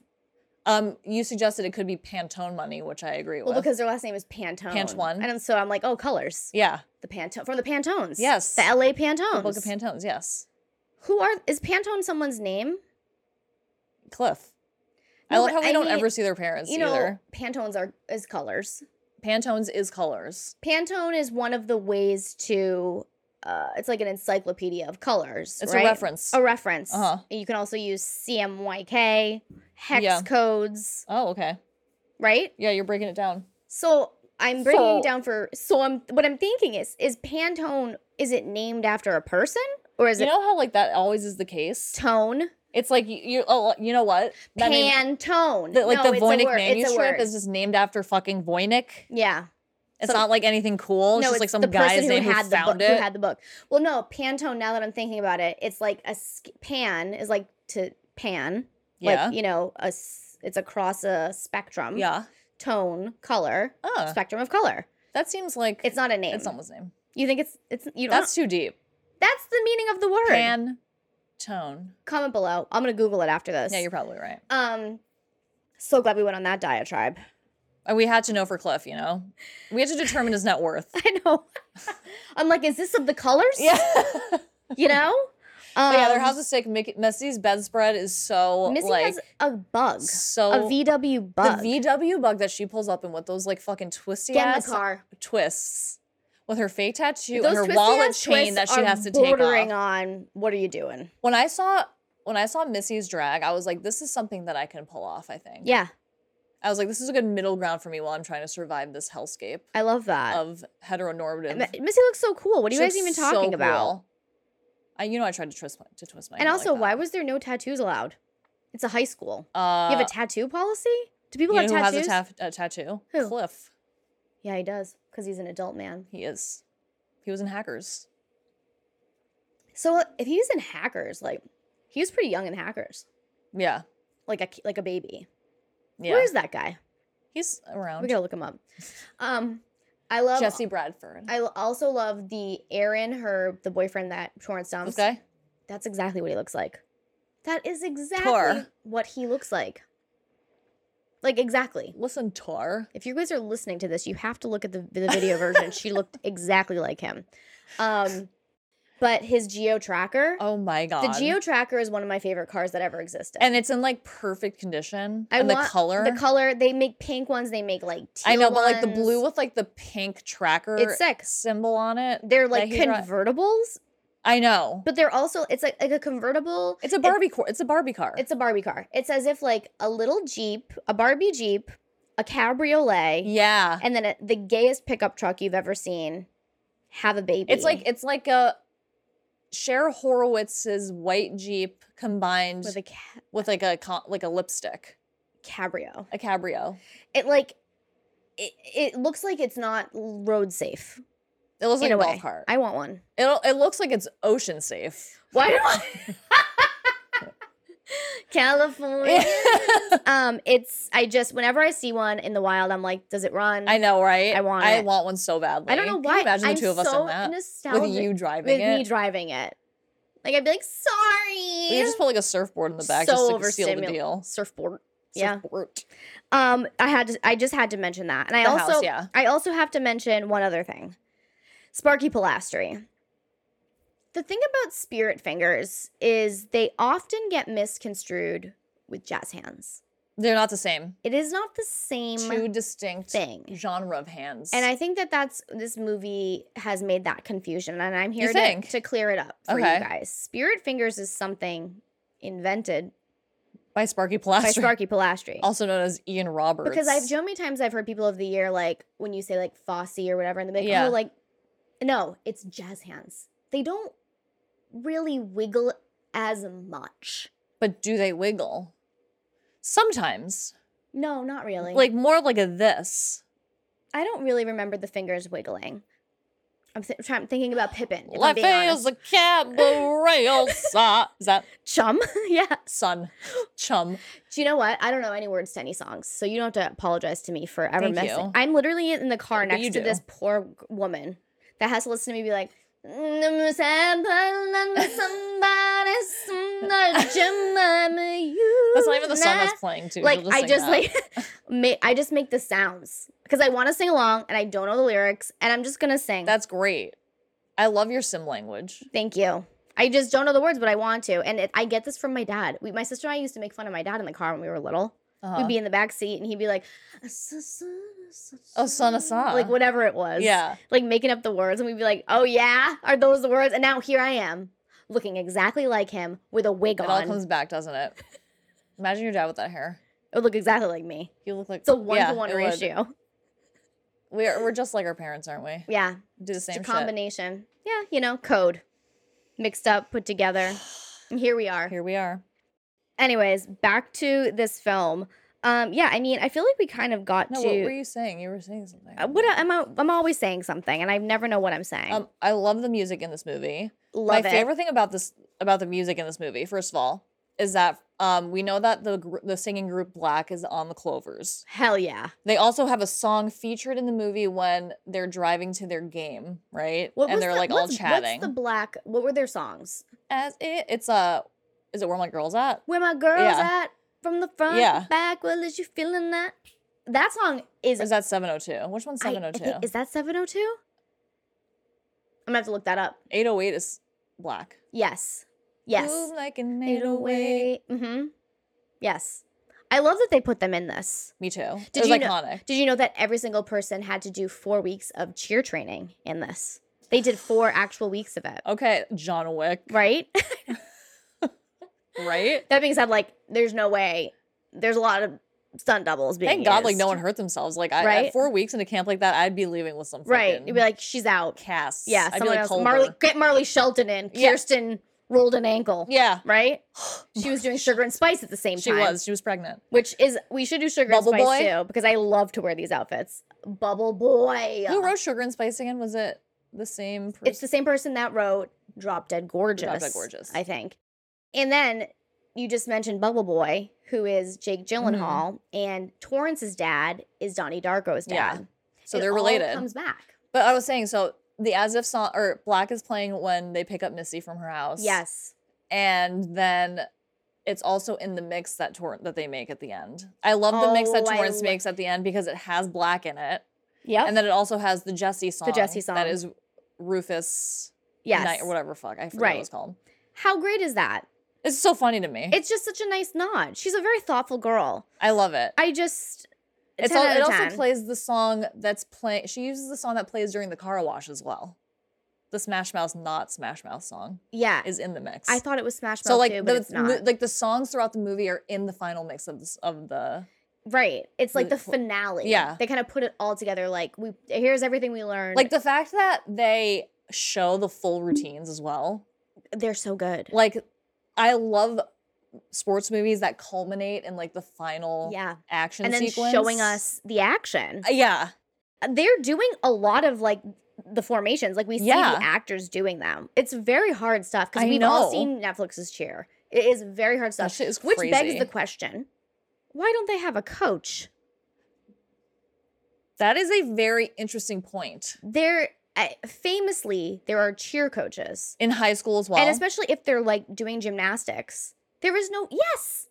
Speaker 1: Um, you suggested it could be Pantone money, which I agree
Speaker 2: Well,
Speaker 1: with.
Speaker 2: because their last name is Pantone.
Speaker 1: Pantone.
Speaker 2: And so I'm like, oh, colors.
Speaker 1: yeah,
Speaker 2: The Pantone from the Pantones.
Speaker 1: Yes.
Speaker 2: The LA Pantones.
Speaker 1: Book of Pantones. Yes,
Speaker 2: Who are is Pantone someone's name?
Speaker 1: Cliff. I
Speaker 2: No,
Speaker 1: love
Speaker 2: but
Speaker 1: how we
Speaker 2: I
Speaker 1: don't
Speaker 2: mean,
Speaker 1: ever see their parents
Speaker 2: you know,
Speaker 1: either.
Speaker 2: Pantones are is colors.
Speaker 1: Pantones is colors.
Speaker 2: Pantone is one of the ways to uh, it's like an encyclopedia of colors.
Speaker 1: It's
Speaker 2: right?
Speaker 1: a reference.
Speaker 2: A reference.
Speaker 1: Uh-huh.
Speaker 2: You can also use CMYK, hex
Speaker 1: Yeah.
Speaker 2: codes,
Speaker 1: oh, okay.
Speaker 2: right?
Speaker 1: Yeah, you're breaking it down.
Speaker 2: So I'm breaking it
Speaker 1: So-
Speaker 2: down for so I'm what I'm thinking is is Pantone is it named after a person or is
Speaker 1: you
Speaker 2: it
Speaker 1: know how like that always is the case.
Speaker 2: tone?
Speaker 1: It's like you, you oh, you know what? That name-
Speaker 2: Pantone.
Speaker 1: the- like
Speaker 2: No,
Speaker 1: the
Speaker 2: it's a
Speaker 1: Voynich
Speaker 2: word- it's a
Speaker 1: manuscript
Speaker 2: word.
Speaker 1: is just named after fucking Voynich,
Speaker 2: yeah.
Speaker 1: It's
Speaker 2: some-
Speaker 1: not like anything cool. It's
Speaker 2: no,
Speaker 1: just
Speaker 2: it's
Speaker 1: like some
Speaker 2: the
Speaker 1: guy's
Speaker 2: person who
Speaker 1: name who
Speaker 2: had the book.
Speaker 1: found
Speaker 2: Who
Speaker 1: it.
Speaker 2: had the book? Well, no, Pantone. Now that I'm thinking about it, it's like a sk- pan is like to pan,
Speaker 1: Yeah.
Speaker 2: like you know, a s- it's across a spectrum,
Speaker 1: yeah.
Speaker 2: tone, color,
Speaker 1: Oh,
Speaker 2: spectrum of color.
Speaker 1: that seems like
Speaker 2: It's not a name.
Speaker 1: it's someone's name.
Speaker 2: you think it's it's you don't.
Speaker 1: That's too deep.
Speaker 2: That's the meaning of the word.
Speaker 1: Pan tone.
Speaker 2: Comment below. I'm gonna Google it after this.
Speaker 1: Yeah, you're probably right.
Speaker 2: um. So glad we went on that diatribe. (laughs)
Speaker 1: And Uh, we had to know for Cliff, you know? We had to determine his net
Speaker 2: (laughs)
Speaker 1: worth. (laughs)
Speaker 2: I know. I'm like, is this of the colors?
Speaker 1: yeah.
Speaker 2: You know. Um,
Speaker 1: But yeah, their house is sick. Mickey- Missy's bedspread is so
Speaker 2: Missy
Speaker 1: like
Speaker 2: has a bug,
Speaker 1: so
Speaker 2: a VW bug.
Speaker 1: Oh, The VW bug that she pulls up and with those like fucking twisty
Speaker 2: Get in
Speaker 1: ass
Speaker 2: the car.
Speaker 1: twists with her fake tattoo
Speaker 2: Those
Speaker 1: and her
Speaker 2: twisty
Speaker 1: wallet
Speaker 2: ass twists
Speaker 1: chain that she
Speaker 2: are
Speaker 1: has to take
Speaker 2: bordering
Speaker 1: off.
Speaker 2: on what are you doing?
Speaker 1: When I saw when I saw Missy's drag, I was like, this is something that I can pull off, I think.
Speaker 2: Yeah,
Speaker 1: I was like, this is a good middle ground for me while I'm trying to survive this hellscape
Speaker 2: I love that.
Speaker 1: of heteronormative.
Speaker 2: M- Missy looks so cool. What are you
Speaker 1: She
Speaker 2: guys even
Speaker 1: Oh, looks
Speaker 2: talking
Speaker 1: so
Speaker 2: about?
Speaker 1: cool. I, you know, I tried to twist my, to twist my.
Speaker 2: And
Speaker 1: hair
Speaker 2: also,
Speaker 1: like
Speaker 2: why
Speaker 1: that.
Speaker 2: was there no tattoos allowed? It's a high school.
Speaker 1: Uh,
Speaker 2: you have a tattoo policy? Do people
Speaker 1: you
Speaker 2: have
Speaker 1: know who
Speaker 2: tattoos?
Speaker 1: has a, ta- a tattoo?
Speaker 2: Who?
Speaker 1: Cliff.
Speaker 2: yeah, he does because he's an adult man.
Speaker 1: He is. He was in Hackers.
Speaker 2: So uh, if he was in Hackers, like he was pretty young in Hackers,
Speaker 1: Yeah.
Speaker 2: like a ki- like a baby.
Speaker 1: Yeah.
Speaker 2: Where is that guy?
Speaker 1: He's
Speaker 2: We
Speaker 1: around.
Speaker 2: gotta look him up. Um, I love
Speaker 1: Jesse Bradford.
Speaker 2: I l- also love the Aaron, her the boyfriend that Torrance dumps.
Speaker 1: okay.
Speaker 2: That's exactly what he looks like. That is exactly what he looks like. Like exactly.
Speaker 1: Listen, Tor.
Speaker 2: If you guys are listening to this, you have to look at the,
Speaker 1: (laughs)
Speaker 2: the video version. she looked exactly like him. Um, but his Geo Tracker,
Speaker 1: Oh my god.
Speaker 2: the Geo Tracker is one of my favorite cars that ever existed.
Speaker 1: and it's in like perfect condition.
Speaker 2: I
Speaker 1: and the
Speaker 2: want-
Speaker 1: color.
Speaker 2: the color they make pink ones, they make like teal
Speaker 1: I know, but like the
Speaker 2: ones.
Speaker 1: blue with like the pink tracker
Speaker 2: It's sick.
Speaker 1: symbol on it.
Speaker 2: They're like
Speaker 1: he dri-
Speaker 2: convertibles,
Speaker 1: I know.
Speaker 2: but they're also it's like like a convertible.
Speaker 1: It's a Barbie car. It's a Barbie car.
Speaker 2: It's a Barbie car. It's as if like a little Jeep, a Barbie Jeep, a cabriolet,
Speaker 1: yeah.
Speaker 2: and then a, the gayest pickup truck you've ever seen have a baby.
Speaker 1: It's like it's like a Cher Horowitz's white Jeep combined
Speaker 2: with
Speaker 1: with,
Speaker 2: a ca-
Speaker 1: like a co- like a lipstick,
Speaker 2: cabrio.
Speaker 1: a cabrio.
Speaker 2: It like it, it looks like it's not road safe.
Speaker 1: It looks like
Speaker 2: in
Speaker 1: a,
Speaker 2: a way.
Speaker 1: golf cart.
Speaker 2: I want one.
Speaker 1: It'll, it looks like it's ocean safe.
Speaker 2: Why do I (laughs)
Speaker 1: (laughs)
Speaker 2: California? um, it's I just whenever I see one in the wild, I'm like, does it run?
Speaker 1: (laughs) I know, right?
Speaker 2: I want
Speaker 1: I
Speaker 2: it.
Speaker 1: want one so badly.
Speaker 2: I don't know
Speaker 1: Can
Speaker 2: why.
Speaker 1: you imagine the
Speaker 2: I'm
Speaker 1: two of us
Speaker 2: so
Speaker 1: in that
Speaker 2: nostalgic.
Speaker 1: with you driving
Speaker 2: with
Speaker 1: it.
Speaker 2: me driving it. Like I'd be like, sorry.
Speaker 1: we could just (laughs) put like a surfboard in the back
Speaker 2: So
Speaker 1: just to seal the
Speaker 2: overstimul-
Speaker 1: deal.
Speaker 2: surfboard. Yeah.
Speaker 1: Surfboard.
Speaker 2: Um, I had to. I just had to mention that, and I
Speaker 1: The
Speaker 2: also,
Speaker 1: house, yeah.
Speaker 2: I also have to mention one other thing. Sparky Pilastri. The thing about spirit fingers is they often get misconstrued with jazz hands.
Speaker 1: They're not the same.
Speaker 2: It is not the same
Speaker 1: Two distinct
Speaker 2: thing.
Speaker 1: genre of hands.
Speaker 2: And I think that that's this movie has made that confusion, and I'm here to,
Speaker 1: think?
Speaker 2: to clear it up for
Speaker 1: Okay.
Speaker 2: you guys. Spirit fingers is something invented
Speaker 1: by Sparky
Speaker 2: by
Speaker 1: (laughs) Pilastri,
Speaker 2: Sparky Pilastri,
Speaker 1: also known as Ian Roberts.
Speaker 2: because I've so many times I've heard people of the year like when you say like Fosse or whatever, and they're like,
Speaker 1: Yeah.
Speaker 2: oh, like no, it's jazz hands. They don't really wiggle as much.
Speaker 1: but do they wiggle? Sometimes,
Speaker 2: No, not really.
Speaker 1: like more like a this.
Speaker 2: I don't really remember the fingers wiggling. I'm th- trying, thinking about Pippin. If I'm
Speaker 1: Life
Speaker 2: being
Speaker 1: is
Speaker 2: honest.
Speaker 1: a cabaret.
Speaker 2: (laughs)
Speaker 1: sa- Is that
Speaker 2: Chum, (laughs) yeah.
Speaker 1: son, chum?
Speaker 2: Do you know what? I don't know any words to any songs, so you don't have to apologize to me for ever
Speaker 1: Thank
Speaker 2: messing.
Speaker 1: you.
Speaker 2: I'm literally in the car
Speaker 1: But you
Speaker 2: next to
Speaker 1: do.
Speaker 2: this poor g- woman that has to listen to me be like, "Mm, somebody, somebody, somebody,
Speaker 1: (laughs)
Speaker 2: Jemima, you
Speaker 1: That's not even the song
Speaker 2: na-"
Speaker 1: that's playing too.
Speaker 2: like
Speaker 1: You'll
Speaker 2: I
Speaker 1: sing
Speaker 2: just
Speaker 1: that.
Speaker 2: like (laughs) ma- I just make the sounds because I want to sing along and I don't know the lyrics and I'm just gonna sing.
Speaker 1: That's great. I love your sim language.
Speaker 2: Thank you. I just don't know the words, but I want to. And it, I get this from my dad. We, my sister and I used to make fun of my dad in the car when we were little.
Speaker 1: Uh-huh.
Speaker 2: We'd be in the back seat and he'd be like,
Speaker 1: Oh, son, a son.
Speaker 2: like whatever it was.
Speaker 1: yeah.
Speaker 2: Like making up the words. And we'd be like, oh, yeah, are those the words? And now here I am looking exactly like him with a wig
Speaker 1: It all
Speaker 2: on.
Speaker 1: comes back, doesn't it? Imagine your dad with that hair.
Speaker 2: it would look exactly like me.
Speaker 1: You look like
Speaker 2: It's a one to one
Speaker 1: it would.
Speaker 2: ratio.
Speaker 1: We are, we're just like our parents, aren't we?
Speaker 2: Yeah.
Speaker 1: Do the
Speaker 2: It's a
Speaker 1: same shit.
Speaker 2: combination. Yeah. You know, code mixed up,
Speaker 1: (sighs)
Speaker 2: put together. And here we are.
Speaker 1: Here we are.
Speaker 2: Anyways, back to this film. Um, yeah, I mean, I feel like we kind of got
Speaker 1: No,
Speaker 2: to
Speaker 1: what were you saying? You were saying something.
Speaker 2: Uh, what I- I'm al- I'm always saying something, and I never know what I'm saying.
Speaker 1: Um, I love the music in this movie.
Speaker 2: Love
Speaker 1: My
Speaker 2: it.
Speaker 1: favorite thing about this about the music in this movie, first of all, is that um, we know that the gr- the singing group Black is on the Clovers.
Speaker 2: Hell yeah!
Speaker 1: They also have a song featured in the movie when they're driving to their game, right?
Speaker 2: What was
Speaker 1: and they're
Speaker 2: the-
Speaker 1: like all
Speaker 2: what's-
Speaker 1: chatting.
Speaker 2: What's the black? What were their songs?
Speaker 1: As it, it's uh, is it where my girls at?
Speaker 2: Where my girls
Speaker 1: Yeah.
Speaker 2: at? From the front,
Speaker 1: Yeah.
Speaker 2: yeah. back. Well, is you feeling that? That song is
Speaker 1: Or is that seven oh two? Which one's
Speaker 2: I- I
Speaker 1: seven oh
Speaker 2: think-
Speaker 1: two?
Speaker 2: Is that 702? I'm gonna have to look that up.
Speaker 1: Eight oh eight is black.
Speaker 2: Yes. Yes.
Speaker 1: Move like an eight oh eight.
Speaker 2: 808. Mm-hmm. Yes. I love that they put them in this.
Speaker 1: Me too.
Speaker 2: Did
Speaker 1: it was
Speaker 2: you know-
Speaker 1: iconic.
Speaker 2: Did you know that every single person had to do four weeks of cheer training in this? They did four actual weeks of it,
Speaker 1: Okay, John Wick,
Speaker 2: right? (laughs)
Speaker 1: right?
Speaker 2: that being said, like, there's no way. There's a lot of stunt doubles being.
Speaker 1: Thank God, like no
Speaker 2: used.
Speaker 1: one hurt themselves. Like I, at
Speaker 2: Right?
Speaker 1: four weeks in a camp like that, I'd be leaving with some
Speaker 2: Right.
Speaker 1: fucking
Speaker 2: You'd be like, she's out.
Speaker 1: cast.
Speaker 2: Yeah.
Speaker 1: I'd be
Speaker 2: someone
Speaker 1: like
Speaker 2: else.
Speaker 1: Culver.
Speaker 2: Marley, get Marley Shelton in.
Speaker 1: Yeah.
Speaker 2: Kirsten rolled an ankle.
Speaker 1: Yeah, (sighs)
Speaker 2: Right. She was doing sugar and spice at the same
Speaker 1: she
Speaker 2: time.
Speaker 1: was. She was pregnant.
Speaker 2: Which is we should do sugar
Speaker 1: Bubble
Speaker 2: and spice
Speaker 1: Boy?
Speaker 2: too because I love to wear these outfits. Bubble boy.
Speaker 1: Who wrote Sugar and Spice again? Was it the same? Person?
Speaker 2: It's the same person that wrote Drop Dead Gorgeous.
Speaker 1: Gorgeous.
Speaker 2: I think. And then you just mentioned Bubble Boy, who is Jake
Speaker 1: Mm-hmm.
Speaker 2: Gyllenhaal, and Torrance's dad is Donnie Darko's
Speaker 1: Yeah.
Speaker 2: dad.
Speaker 1: so
Speaker 2: It
Speaker 1: they're
Speaker 2: all
Speaker 1: related.
Speaker 2: comes back.
Speaker 1: but I was saying so. The as if song or Black is playing when they pick up Missy from her house.
Speaker 2: Yes.
Speaker 1: and then it's also in the mix that tor- that they make at the end. I love the mix that
Speaker 2: Oh, I
Speaker 1: Torrance
Speaker 2: lo-
Speaker 1: makes at the end because it has Black in it,
Speaker 2: Yep.
Speaker 1: and then it also has the Jesse song.
Speaker 2: Jesse
Speaker 1: that
Speaker 2: song.
Speaker 1: is Rufus
Speaker 2: yes.
Speaker 1: Knight or whatever. Fuck, I forget what
Speaker 2: Right.
Speaker 1: it's called.
Speaker 2: How great
Speaker 1: (laughs)
Speaker 2: is that?
Speaker 1: It's so funny to me.
Speaker 2: It's just such a nice nod. She's a very thoughtful girl.
Speaker 1: I love it.
Speaker 2: I just
Speaker 1: It's
Speaker 2: 10
Speaker 1: all,
Speaker 2: out
Speaker 1: it
Speaker 2: of
Speaker 1: also
Speaker 2: 10.
Speaker 1: plays the song that's playing. She uses the song that plays during the car wash as well. The Smash Mouth, not Smash Mouth song,
Speaker 2: yeah.
Speaker 1: is in the mix.
Speaker 2: I thought it was Smash Mouth
Speaker 1: so. Like
Speaker 2: too, but
Speaker 1: the
Speaker 2: it's not.
Speaker 1: the- like the songs throughout the movie are in the final mix of this of the.
Speaker 2: Right. It's like
Speaker 1: The
Speaker 2: the
Speaker 1: cl-
Speaker 2: finale.
Speaker 1: Yeah.
Speaker 2: They kind of put it all together. Like we here's everything we learned.
Speaker 1: Like the fact that they show the full routines as well.
Speaker 2: they're so good.
Speaker 1: Like, I love sports movies that culminate in like the final
Speaker 2: yeah.
Speaker 1: action
Speaker 2: And then
Speaker 1: sequence.
Speaker 2: showing us the action.
Speaker 1: Uh, Yeah,
Speaker 2: They're doing a lot of like the formations. Like we see
Speaker 1: Yeah.
Speaker 2: the actors doing them. It's very hard stuff
Speaker 1: I
Speaker 2: because we've all
Speaker 1: know.
Speaker 2: seen Netflix's cheer. It is very hard
Speaker 1: that
Speaker 2: stuff.
Speaker 1: shit is
Speaker 2: Which
Speaker 1: crazy.
Speaker 2: begs the question. Why don't they have a coach?
Speaker 1: that is a very interesting point
Speaker 2: There I- uh, famously there are cheer coaches.
Speaker 1: in high school as well.
Speaker 2: And especially if they're like doing gymnastics, there is no yes,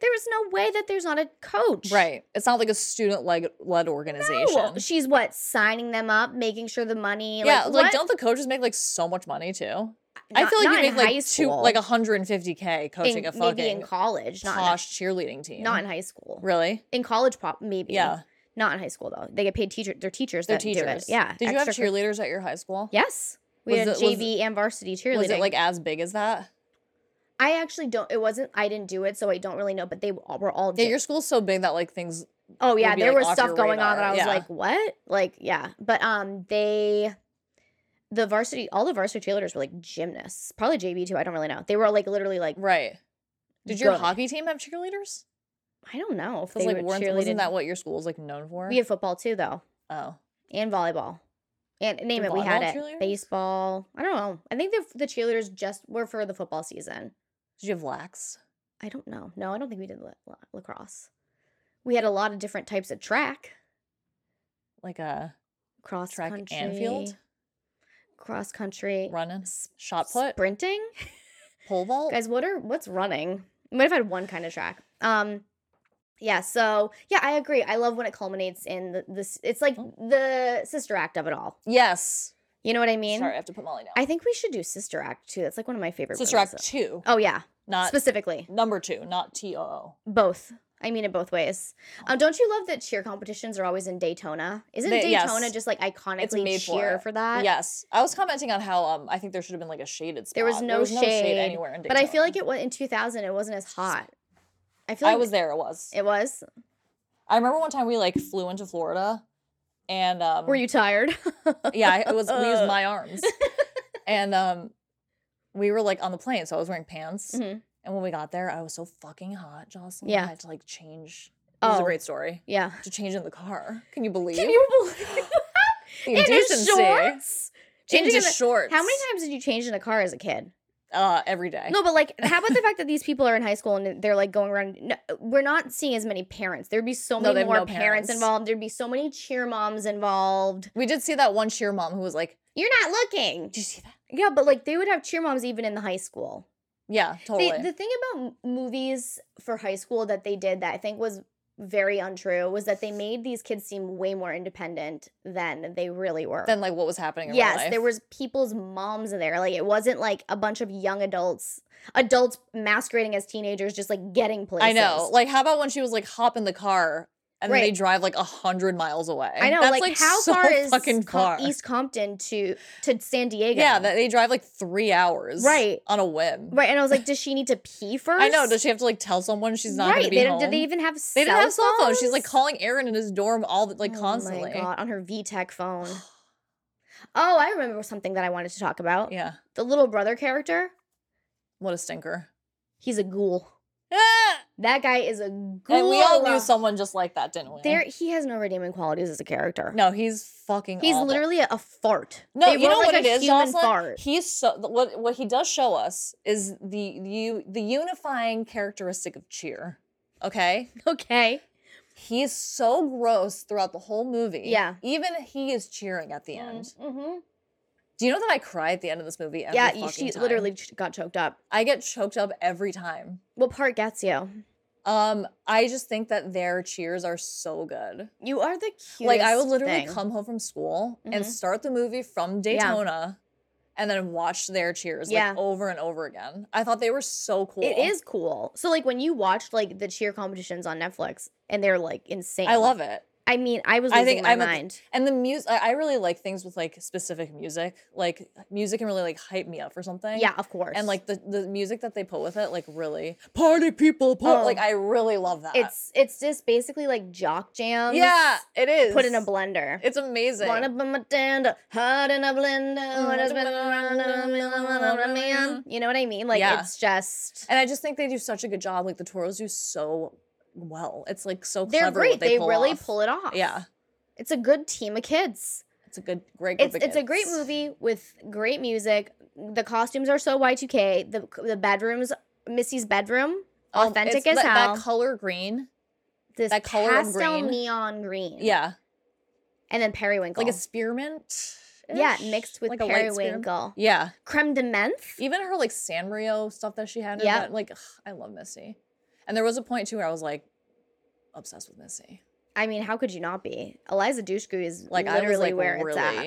Speaker 2: there is no way that there's not a coach.
Speaker 1: Right. It's not like a student led led organization.
Speaker 2: No, she's what signing them up, making sure the money.
Speaker 1: yeah, like,
Speaker 2: what?
Speaker 1: don't the coaches make like so much money too? I
Speaker 2: Not-
Speaker 1: feel like
Speaker 2: not
Speaker 1: you make
Speaker 2: in high
Speaker 1: like two
Speaker 2: school.
Speaker 1: like 150k coaching
Speaker 2: in,
Speaker 1: a
Speaker 2: maybe in
Speaker 1: fucking
Speaker 2: college, not
Speaker 1: posh cheerleading
Speaker 2: in,
Speaker 1: team.
Speaker 2: not in high school.
Speaker 1: really.
Speaker 2: In college, pop maybe.
Speaker 1: Yeah,
Speaker 2: not in high school though. They get paid teacher. They're teachers.
Speaker 1: they're
Speaker 2: that do it.
Speaker 1: teachers.
Speaker 2: Yeah.
Speaker 1: Did you have
Speaker 2: extracurric-
Speaker 1: cheerleaders at your high school?
Speaker 2: Yes, we
Speaker 1: Was
Speaker 2: had
Speaker 1: it- was
Speaker 2: JV and varsity cheerleading.
Speaker 1: Was it like as big as that?
Speaker 2: I actually don't. It wasn't. I didn't do it, so I don't really know. But they all- were all.
Speaker 1: Yeah,
Speaker 2: J-
Speaker 1: your school's so big that like things.
Speaker 2: Oh
Speaker 1: would
Speaker 2: yeah,
Speaker 1: be,
Speaker 2: there
Speaker 1: like,
Speaker 2: was
Speaker 1: off
Speaker 2: stuff
Speaker 1: your
Speaker 2: going on that
Speaker 1: radar,
Speaker 2: I was
Speaker 1: yeah.
Speaker 2: like, what? Like, yeah. But um they the varsity all the varsity cheerleaders were like gymnasts. Probably JV too, I don't really know. They were like literally like
Speaker 1: Right. Did your
Speaker 2: good.
Speaker 1: hockey team have cheerleaders?
Speaker 2: I don't know if they
Speaker 1: Because like
Speaker 2: like were
Speaker 1: weren't, wasn't
Speaker 2: cheerleading.
Speaker 1: that what your school was like known for?
Speaker 2: we had football too though.
Speaker 1: oh,
Speaker 2: And volleyball. And name
Speaker 1: Did
Speaker 2: it, we had
Speaker 1: volleyball
Speaker 2: it.
Speaker 1: cheerleaders?
Speaker 2: Baseball. I don't know. I think the the cheerleaders just were for the football season.
Speaker 1: did you have lax?
Speaker 2: I don't know. No, I don't think we did la- la- lacrosse. We had a lot of different types of track.
Speaker 1: Like uh, a
Speaker 2: Cross
Speaker 1: track
Speaker 2: country.
Speaker 1: and field
Speaker 2: Cross country.
Speaker 1: running,
Speaker 2: s-
Speaker 1: shot put,
Speaker 2: Sprinting?
Speaker 1: pole vault.
Speaker 2: guys what are what's running we might have had one kind of track um yeah so yeah i agree i love when it culminates in the, this it's like
Speaker 1: Oh.
Speaker 2: the sister act of it all
Speaker 1: yes.
Speaker 2: you know what i mean
Speaker 1: Sorry, I have to put Molly down.
Speaker 2: i think we should do sister act too that's like one of my favorite
Speaker 1: Sister
Speaker 2: movies.
Speaker 1: Act two,
Speaker 2: oh yeah
Speaker 1: not
Speaker 2: specifically
Speaker 1: number two, not T O O.
Speaker 2: both i mean it both ways um don't you love that cheer competitions are always in daytona isn't
Speaker 1: They- yes.
Speaker 2: daytona just like iconically
Speaker 1: made for
Speaker 2: cheer
Speaker 1: it.
Speaker 2: for, that
Speaker 1: Yes, I was commenting on how um I think there should have been like a shaded spot.
Speaker 2: There was no shade,
Speaker 1: anywhere in
Speaker 2: but i feel
Speaker 1: Daytona.
Speaker 2: like it was in 2000 it wasn't as hot i feel like
Speaker 1: I was there. It was.
Speaker 2: it was
Speaker 1: I remember one time we like flew into Florida, and um
Speaker 2: were
Speaker 1: (laughs)
Speaker 2: you tired
Speaker 1: yeah, I- it was. We
Speaker 2: (laughs)
Speaker 1: used my arms, and um we were like on the plane, so I was wearing pants.
Speaker 2: Mhm.
Speaker 1: And when we got there, I was so fucking hot, Jocelyn.
Speaker 2: Yeah.
Speaker 1: I had to like change This is
Speaker 2: Oh.
Speaker 1: a great story.
Speaker 2: Yeah.
Speaker 1: To change in the car. Can you believe?
Speaker 2: Can you believe
Speaker 1: the
Speaker 2: (laughs) in his
Speaker 1: indecency.
Speaker 2: shorts?
Speaker 1: Into
Speaker 2: Changing in the-
Speaker 1: shorts.
Speaker 2: How many times did you change in a car as a kid?
Speaker 1: Uh, every day.
Speaker 2: No, but like, how about the fact that these people are in high school and they're like going around? No, we're not seeing as many parents. There'd be so
Speaker 1: No,
Speaker 2: many
Speaker 1: they have
Speaker 2: more
Speaker 1: no
Speaker 2: parents.
Speaker 1: parents.
Speaker 2: involved. There'd be so many cheer moms involved.
Speaker 1: We did see that one cheer mom who was like,
Speaker 2: You're not looking.
Speaker 1: "Did you see that?"
Speaker 2: Yeah, but like they would have cheer moms even in the high school.
Speaker 1: Yeah,
Speaker 2: They-
Speaker 1: totally.
Speaker 2: the thing about m- movies for high school that they did that I think was very untrue was that they made these kids seem way more independent than they really were.
Speaker 1: then like what was happening? In real
Speaker 2: yes,
Speaker 1: life.
Speaker 2: there was people's moms in there. Like it wasn't like a bunch of young adults, adults masquerading as teenagers, just like getting places.
Speaker 1: I know. Like, how about when she was like, "Hop in the car," and then they
Speaker 2: Right.
Speaker 1: drive like a hundred miles away.
Speaker 2: I know.
Speaker 1: That's
Speaker 2: Like,
Speaker 1: like
Speaker 2: how
Speaker 1: so
Speaker 2: far is
Speaker 1: fucking far.
Speaker 2: Com- East Compton to to San Diego?
Speaker 1: yeah, that they drive like three hours.
Speaker 2: Right.
Speaker 1: On a whim.
Speaker 2: right. And I was like, does she need to pee first?
Speaker 1: I know. Does she have to like tell someone she's not
Speaker 2: right?
Speaker 1: going to be
Speaker 2: they,
Speaker 1: home?
Speaker 2: Did they even have?
Speaker 1: They didn't have cell phones. She's
Speaker 2: phones?
Speaker 1: like calling Aaron in his dorm all the, like
Speaker 2: Oh my
Speaker 1: constantly.
Speaker 2: God, on her VTech phone. Oh, I remember something that I wanted to talk
Speaker 1: (sighs)
Speaker 2: about.
Speaker 1: Yeah.
Speaker 2: The little brother character,
Speaker 1: What a
Speaker 2: (gasps)
Speaker 1: stinker.
Speaker 2: he's a ghoul.
Speaker 1: Ah!
Speaker 2: That guy is a ghoul.
Speaker 1: And we all knew someone just like that, didn't we?
Speaker 2: There, he has no redeeming qualities as a character.
Speaker 1: no, he's fucking.
Speaker 2: he's
Speaker 1: awful.
Speaker 2: literally a, a fart.
Speaker 1: No,
Speaker 2: They
Speaker 1: you
Speaker 2: wrote,
Speaker 1: know what
Speaker 2: like,
Speaker 1: it
Speaker 2: a
Speaker 1: is,
Speaker 2: human
Speaker 1: Jocelyn?
Speaker 2: fart.
Speaker 1: He's so what what he does show us is the you the unifying characteristic of cheer. (laughs) Okay?
Speaker 2: Okay.
Speaker 1: He is so gross throughout the whole movie.
Speaker 2: Yeah.
Speaker 1: Even he is cheering at the end.
Speaker 2: Mm-hmm.
Speaker 1: Do you know that I cry at the end of this movie every
Speaker 2: Yeah,
Speaker 1: fucking
Speaker 2: you- she
Speaker 1: time?
Speaker 2: literally ch- got choked up.
Speaker 1: I get choked up every time.
Speaker 2: What part gets you?
Speaker 1: Um, I just think that their cheers are so good.
Speaker 2: You are the cutest.
Speaker 1: like I would literally
Speaker 2: thing.
Speaker 1: come home from school and
Speaker 2: Mhm.
Speaker 1: start the movie from Daytona and then watch their cheers
Speaker 2: Yeah.
Speaker 1: like over and over again. I thought they were so cool.
Speaker 2: It is cool. So like when you watched like the cheer competitions on Netflix and they're like insane.
Speaker 1: I love it.
Speaker 2: I mean, I was
Speaker 1: I
Speaker 2: losing
Speaker 1: think
Speaker 2: my
Speaker 1: I'm at the-
Speaker 2: mind.
Speaker 1: And the music I I really like things with like specific music. Like music can really like hype me up for something.
Speaker 2: yeah, of course.
Speaker 1: And like the, the music that they put with it, like really party people, par-"
Speaker 2: Oh.
Speaker 1: like I really love that.
Speaker 2: it's it's just basically like jock jams.
Speaker 1: yeah, it is.
Speaker 2: put in a blender.
Speaker 1: It's amazing.
Speaker 2: Wanna put my dander hard in a blender? Wanna spin around a million, million. You know what I mean? Like
Speaker 1: Yeah.
Speaker 2: it's just
Speaker 1: and I just think they do such a good job. Like the Toros do so well. It's like so
Speaker 2: they're
Speaker 1: clever.
Speaker 2: great.
Speaker 1: What they
Speaker 2: They,
Speaker 1: pull
Speaker 2: really
Speaker 1: off.
Speaker 2: pull it off.
Speaker 1: Yeah,
Speaker 2: it's a good team of kids.
Speaker 1: it's a good, great. Group
Speaker 2: It's
Speaker 1: of
Speaker 2: it's a great
Speaker 1: kids.
Speaker 2: movie with great music. The costumes are so Y two K. The the bedrooms, Missy's bedroom,
Speaker 1: Um,
Speaker 2: authentic
Speaker 1: it's
Speaker 2: as
Speaker 1: that,
Speaker 2: hell.
Speaker 1: That color green.
Speaker 2: this
Speaker 1: that color and
Speaker 2: pastel
Speaker 1: green.
Speaker 2: neon green.
Speaker 1: Yeah,
Speaker 2: and then periwinkle.
Speaker 1: like a spearmint.
Speaker 2: yeah, mixed with
Speaker 1: like a light spearmint.
Speaker 2: periwinkle.
Speaker 1: Yeah,
Speaker 2: Creme de menthe.
Speaker 1: even her like Sanrio stuff that she had. in her
Speaker 2: Yeah.
Speaker 1: bed, like ugh, I love Missy. And there was a point too where I was like obsessed with Missy.
Speaker 2: I mean, how could you not be? Eliza Dushku is
Speaker 1: Like I was
Speaker 2: literally
Speaker 1: like
Speaker 2: where
Speaker 1: really
Speaker 2: it's at.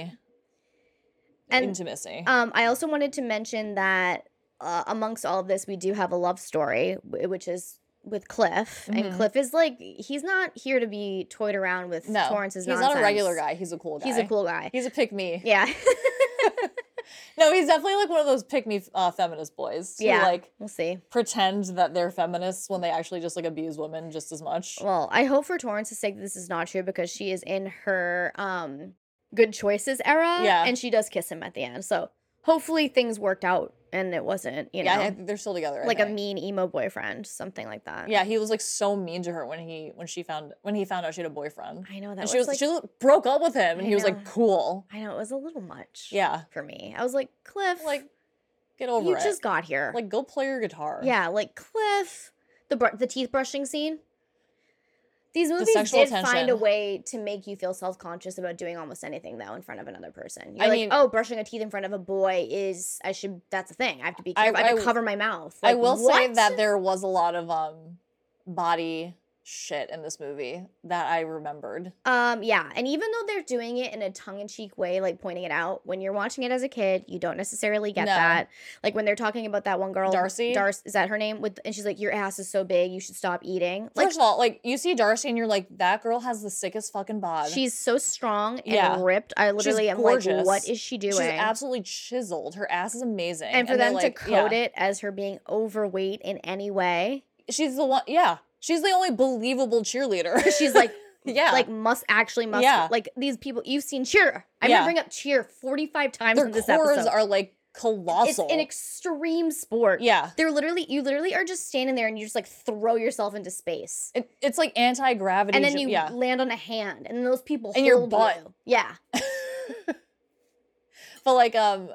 Speaker 2: And,
Speaker 1: into Missy.
Speaker 2: Um, I also wanted to mention that uh, amongst all of this, we do have a love story, w- which is with Cliff, and
Speaker 1: Mhm.
Speaker 2: Cliff is like he's not here to be toyed around with.
Speaker 1: no,
Speaker 2: Torrance is
Speaker 1: he's not a regular guy. He's a cool guy.
Speaker 2: He's a cool
Speaker 1: (laughs)
Speaker 2: guy.
Speaker 1: He's a pick me.
Speaker 2: Yeah, (laughs)
Speaker 1: No, he's definitely like one of those pick me uh, feminist boys. who,
Speaker 2: Yeah.
Speaker 1: like
Speaker 2: we'll see.
Speaker 1: pretend that they're feminists when they actually just like abuse women just as much.
Speaker 2: Well, I hope for Torrance's sake this is not true because she is in her um good choices era.
Speaker 1: Yeah.
Speaker 2: and she does kiss him at the end. So hopefully things worked out and it wasn't you know
Speaker 1: yeah, I think they're still together. I
Speaker 2: like a
Speaker 1: think.
Speaker 2: mean emo boyfriend, something like that.
Speaker 1: Yeah, he was like so mean to her when he when she found when he found out she had a boyfriend.
Speaker 2: I know that
Speaker 1: and
Speaker 2: was,
Speaker 1: she was
Speaker 2: like
Speaker 1: she lo- broke up with him and
Speaker 2: I
Speaker 1: he was
Speaker 2: know.
Speaker 1: like
Speaker 2: (sighs)
Speaker 1: cool.
Speaker 2: I know it was a little much.
Speaker 1: Yeah.
Speaker 2: for me. I was like Cliff,
Speaker 1: Like get over
Speaker 2: you
Speaker 1: it.
Speaker 2: just got here.
Speaker 1: like go play your guitar.
Speaker 2: yeah, like Cliff, the br- the teeth brushing scene. These movies did
Speaker 1: sexual
Speaker 2: find a
Speaker 1: tension.
Speaker 2: way to make you feel self conscious about doing almost anything though in front of another person. You're
Speaker 1: I
Speaker 2: like,
Speaker 1: mean-
Speaker 2: oh, brushing a teeth in front of a boy is I should. That's a thing. I have to be
Speaker 1: I-
Speaker 2: careful. I, have to
Speaker 1: I-
Speaker 2: cover my mouth.
Speaker 1: I
Speaker 2: Like,
Speaker 1: will say
Speaker 2: what?
Speaker 1: that there was a lot of um body shit in this movie that I remembered.
Speaker 2: Um, yeah, and even though they're doing it in a tongue-in-cheek way, like pointing it out, when you're watching it as a kid, you don't necessarily get
Speaker 1: No.
Speaker 2: that. Like when they're talking about that one girl,
Speaker 1: Darcy?
Speaker 2: Darcy is that her name? With and she's like, "Your ass is so big, you should stop eating." Like
Speaker 1: First of all, like you see Darcy and you're like, that girl has the sickest fucking bod.
Speaker 2: she's so strong and
Speaker 1: Yeah.
Speaker 2: ripped. I literally am like, "What
Speaker 1: gorgeous.
Speaker 2: is she doing?"
Speaker 1: She's absolutely chiseled. Her ass is amazing.
Speaker 2: and for
Speaker 1: they,
Speaker 2: them
Speaker 1: like,
Speaker 2: to code
Speaker 1: yeah.
Speaker 2: it as her being overweight in any way,
Speaker 1: she's the one. Yeah, she's the only believable cheerleader.
Speaker 2: she's like.
Speaker 1: (laughs) yeah,
Speaker 2: Like must actually must
Speaker 1: Yeah.
Speaker 2: like these people you've seen cheer. I'm
Speaker 1: Yeah.
Speaker 2: gonna bring up cheer 45 times
Speaker 1: their
Speaker 2: in this
Speaker 1: cores
Speaker 2: episode.
Speaker 1: are like
Speaker 2: It's
Speaker 1: colossal.
Speaker 2: an extreme sport.
Speaker 1: yeah.
Speaker 2: They're literally, you literally are just standing there and you just like throw yourself into space.
Speaker 1: It, it's like anti gravity.
Speaker 2: and then you
Speaker 1: yeah.
Speaker 2: land on a hand, and those people
Speaker 1: And your
Speaker 2: hold
Speaker 1: butt.
Speaker 2: you. Yeah,
Speaker 1: But like um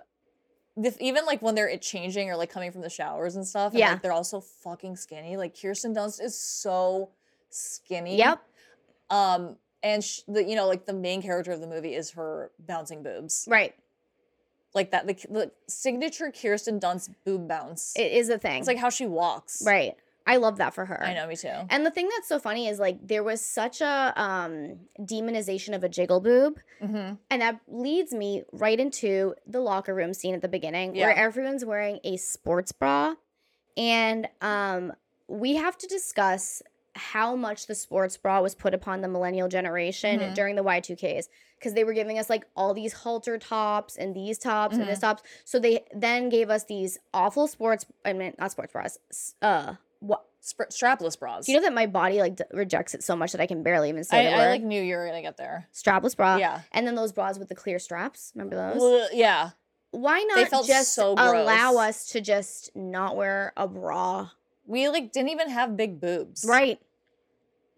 Speaker 1: the, even like when they're changing or like coming from the showers and stuff, and,
Speaker 2: Yeah.
Speaker 1: like, they're all so fucking skinny. Like Kirsten Dunst is so skinny.
Speaker 2: yep.
Speaker 1: Um, and sh- the you know like the main character of the movie is her bouncing boobs,
Speaker 2: Right.
Speaker 1: like that the, the signature Kirsten Dunst boob bounce.
Speaker 2: It is a thing.
Speaker 1: it's like how she walks.
Speaker 2: right. I love that for her.
Speaker 1: I know, me too.
Speaker 2: And the thing that's so funny is like there was such a um, demonization of a jiggle boob,
Speaker 1: hmm
Speaker 2: and that leads me right into the locker room scene at the beginning where
Speaker 1: Yeah.
Speaker 2: everyone's wearing a sports bra, and um, we have to discuss how much the sports bra was put upon the millennial generation
Speaker 1: Mhm.
Speaker 2: during the Y2Ks because they were giving us like all these halter tops and these tops and
Speaker 1: Mm-hmm.
Speaker 2: this tops. So they then gave us these awful sports. I mean, not sports bras. s- Uh, what?
Speaker 1: Sp- strapless bras.
Speaker 2: Do you know that my body like d- rejects it so much that I can barely even say
Speaker 1: I,
Speaker 2: the
Speaker 1: I
Speaker 2: word?
Speaker 1: like knew you were gonna get there.
Speaker 2: Strapless bra.
Speaker 1: yeah,
Speaker 2: And then those bras with the clear straps. Remember those?
Speaker 1: Ugh, yeah.
Speaker 2: Why not
Speaker 1: felt
Speaker 2: just
Speaker 1: so
Speaker 2: allow
Speaker 1: gross.
Speaker 2: us to just not wear a bra?
Speaker 1: We like didn't even have big boobs,
Speaker 2: Right.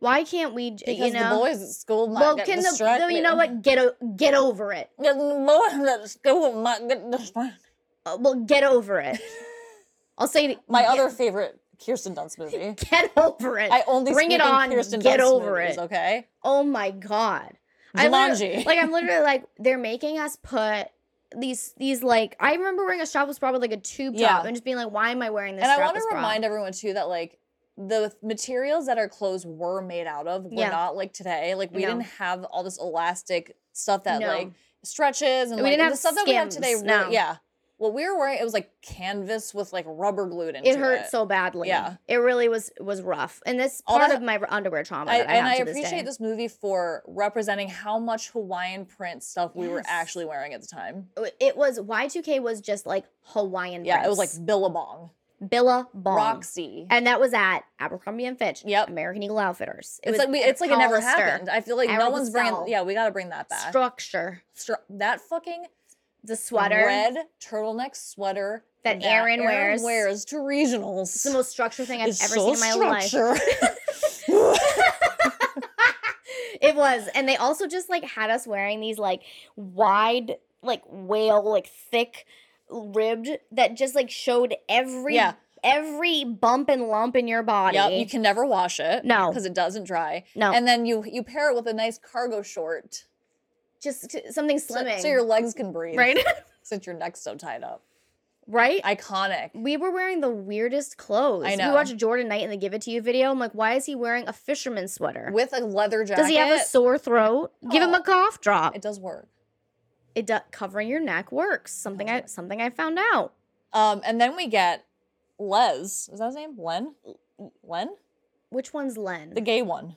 Speaker 2: Why can't we? j-
Speaker 1: Because
Speaker 2: you know.
Speaker 1: the boys at school might
Speaker 2: well,
Speaker 1: get
Speaker 2: can the,
Speaker 1: distracted.
Speaker 2: no, you know what? Get o- get over it.
Speaker 1: (laughs) The boys at school might get distracted.
Speaker 2: Uh, well, get over it.
Speaker 1: (laughs)
Speaker 2: I'll say it-
Speaker 1: My
Speaker 2: get-
Speaker 1: other
Speaker 2: (laughs)
Speaker 1: favorite Kirsten Dunst movie.
Speaker 2: Get over it.
Speaker 1: I only
Speaker 2: Bring it
Speaker 1: speak in
Speaker 2: on,
Speaker 1: Kirsten
Speaker 2: get
Speaker 1: Dunst
Speaker 2: over
Speaker 1: movies,
Speaker 2: it.
Speaker 1: Okay,
Speaker 2: oh my god. I literally-
Speaker 1: Jumanji.
Speaker 2: like I'm literally like they're making us put these these like I remember wearing a strapless bra with like a tube top
Speaker 1: Yeah.
Speaker 2: and just being like, why am I wearing this?
Speaker 1: and I want
Speaker 2: strapless
Speaker 1: to
Speaker 2: bra?
Speaker 1: remind everyone too that like the materials that our clothes were made out of were
Speaker 2: Yeah.
Speaker 1: not like today. Like we
Speaker 2: No.
Speaker 1: didn't have all this elastic stuff that
Speaker 2: No.
Speaker 1: like stretches and
Speaker 2: We
Speaker 1: like
Speaker 2: didn't
Speaker 1: the
Speaker 2: have
Speaker 1: stuff that we have today.
Speaker 2: skims,
Speaker 1: were-
Speaker 2: no.
Speaker 1: Yeah, what we were wearing it was like canvas with like rubber glued into it.
Speaker 2: it hurt so badly.
Speaker 1: Yeah.
Speaker 2: it really was was rough, and this
Speaker 1: All
Speaker 2: part
Speaker 1: that-
Speaker 2: of my underwear trauma
Speaker 1: I,
Speaker 2: that I
Speaker 1: and I
Speaker 2: have to
Speaker 1: appreciate
Speaker 2: this.
Speaker 1: this movie for representing how much Hawaiian print stuff we were
Speaker 2: Yes.
Speaker 1: actually wearing at the time.
Speaker 2: day. It- It was Y2K was just like Hawaiian.
Speaker 1: Yeah, it was like
Speaker 2: prints.
Speaker 1: Billabong,
Speaker 2: Billabong,
Speaker 1: Roxy.
Speaker 2: and that was at Abercrombie and Fitch.
Speaker 1: Yep.
Speaker 2: American Eagle Outfitters. It
Speaker 1: it's
Speaker 2: was
Speaker 1: like we,
Speaker 2: at
Speaker 1: it's like it never
Speaker 2: Hollister.
Speaker 1: happened. I feel like no
Speaker 2: Howard
Speaker 1: one's bringing.
Speaker 2: Cosell.
Speaker 1: Yeah, we got to bring that back.
Speaker 2: Structure,
Speaker 1: Stru- that fucking
Speaker 2: the sweater,
Speaker 1: red turtleneck sweater
Speaker 2: That Erin wears.
Speaker 1: wears to regionals.
Speaker 2: it's the most structure thing I've
Speaker 1: It's
Speaker 2: ever
Speaker 1: so
Speaker 2: seen in my life.
Speaker 1: structure.
Speaker 2: (laughs) it was and they also just like had us wearing these like wide like whale like thick ribbed that just like showed every
Speaker 1: Yeah.
Speaker 2: every bump and lump in your (laughs) body
Speaker 1: yep, you can never wash it.
Speaker 2: No.
Speaker 1: because it doesn't dry.
Speaker 2: no
Speaker 1: And then you you pair it with a nice cargo short,
Speaker 2: just t- something
Speaker 1: so- so,
Speaker 2: slimming
Speaker 1: your legs can breathe.
Speaker 2: right (laughs)
Speaker 1: (laughs) since your neck's so tied up.
Speaker 2: right
Speaker 1: Iconic.
Speaker 2: we were wearing the weirdest clothes
Speaker 1: I
Speaker 2: we
Speaker 1: know.
Speaker 2: watched jordan knight in the give it to you video i'm like why is he wearing a fisherman's sweater
Speaker 1: With a leather jacket.
Speaker 2: does he have a uh, sore throat give him
Speaker 1: Oh.
Speaker 2: a cough drop
Speaker 1: It does work.
Speaker 2: it do- covering your neck works something
Speaker 1: does
Speaker 2: i
Speaker 1: work.
Speaker 2: something i found out
Speaker 1: Um, and then we get Les. Is that his name? Len? Len?
Speaker 2: which one's len
Speaker 1: The gay one.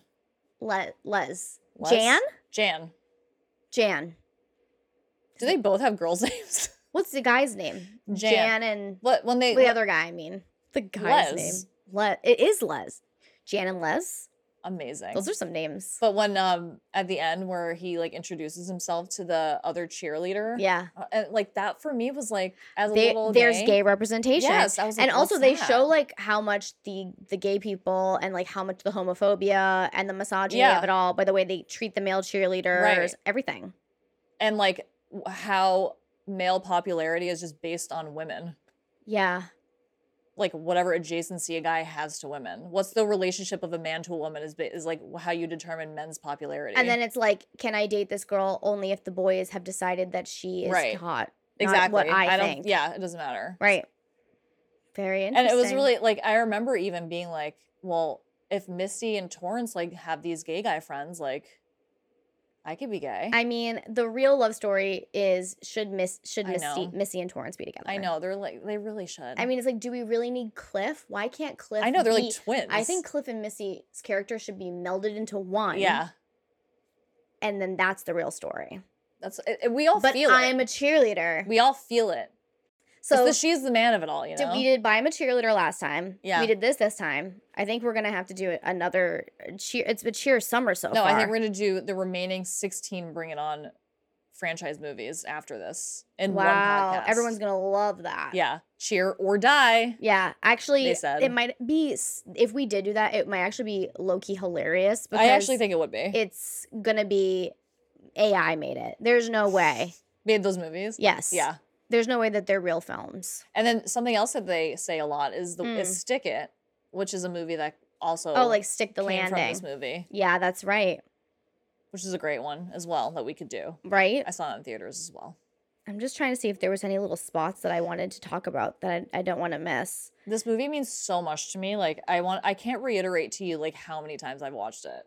Speaker 2: Le- Les.
Speaker 1: Les?
Speaker 2: Jan?
Speaker 1: Jan.
Speaker 2: Jan.
Speaker 1: Do they both have girls' (laughs) names?
Speaker 2: What's the guy's name?
Speaker 1: Jan.
Speaker 2: and
Speaker 1: What when they
Speaker 2: the other guy, I mean. The guy's
Speaker 1: Les.
Speaker 2: name. Le- it is Les. Jan and Les.
Speaker 1: amazing.
Speaker 2: Those are some names.
Speaker 1: but when um at the end where he like introduces himself to the other cheerleader.
Speaker 2: Yeah.
Speaker 1: uh, and like that for me was like as a
Speaker 2: They-
Speaker 1: little
Speaker 2: there's gay representation.
Speaker 1: Yes, I was like,
Speaker 2: and also
Speaker 1: "What's
Speaker 2: they
Speaker 1: that?"
Speaker 2: show like how much the the gay people and like how much the homophobia and the misogyny
Speaker 1: Yeah.
Speaker 2: of it all by the way they treat the male cheerleaders,
Speaker 1: Right.
Speaker 2: everything.
Speaker 1: and like w- how male popularity is just based on women.
Speaker 2: Yeah.
Speaker 1: Like whatever adjacency a guy has to women. What's the relationship of a man to a woman is ba- is like how you determine men's popularity.
Speaker 2: And then it's like, can I date this girl only if the boys have decided that she is
Speaker 1: Right.
Speaker 2: hot? not
Speaker 1: exactly
Speaker 2: what I,
Speaker 1: don't.
Speaker 2: think.
Speaker 1: Yeah, it doesn't matter.
Speaker 2: Right. Very interesting.
Speaker 1: and it was really like I remember even being like, well, if Misty and Torrance like have these gay guy friends, like I could be gay.
Speaker 2: I mean, the real love story is should Miss should
Speaker 1: I
Speaker 2: Misty,
Speaker 1: know.
Speaker 2: Missy and Torrance be together?
Speaker 1: I know they're like they really should.
Speaker 2: I mean, it's like, do we really need Cliff? Why can't Cliff?
Speaker 1: I know they're
Speaker 2: be-
Speaker 1: like twins.
Speaker 2: I think Cliff and Missy's character should be melded into one.
Speaker 1: yeah,
Speaker 2: and then that's the real story.
Speaker 1: that's it, it- we all
Speaker 2: but
Speaker 1: feel
Speaker 2: I'm
Speaker 1: it.
Speaker 2: a cheerleader,
Speaker 1: we all feel it. So
Speaker 2: so
Speaker 1: the, she's the man of it all, you
Speaker 2: did-
Speaker 1: know.
Speaker 2: we did buy I'm a cheerleader last time.
Speaker 1: Yeah.
Speaker 2: we did this this time. I think we're gonna have to do it another cheer. It's a cheer summer so
Speaker 1: no,
Speaker 2: far.
Speaker 1: I think we're gonna do the remaining sixteen. Bring it on franchise movies after this in one
Speaker 2: wow.
Speaker 1: podcast.
Speaker 2: Everyone's going to love that.
Speaker 1: yeah, cheer or die.
Speaker 2: Yeah, actually,
Speaker 1: They said.
Speaker 2: it might be s- if we did do that, it might actually be low key hilarious. Because
Speaker 1: I actually think it would be.
Speaker 2: it's gonna be AI made it. There's no way.
Speaker 1: Made those movies.
Speaker 2: Yes.
Speaker 1: Yeah.
Speaker 2: There's no way that they're real films.
Speaker 1: And then something else that they say a lot is the
Speaker 2: Mm.
Speaker 1: is Stick It, which is a movie that also
Speaker 2: Oh, like stick the
Speaker 1: came from
Speaker 2: landing.
Speaker 1: this movie,
Speaker 2: Yeah, that's right.
Speaker 1: which is a great one as well that we could do.
Speaker 2: Right.
Speaker 1: I saw it in theaters as well.
Speaker 2: I'm just trying to see if there was any little spots that I wanted to talk about that I, I don't want to miss.
Speaker 1: This movie means so much to me. Like I want I can't reiterate to you like how many times I've watched it.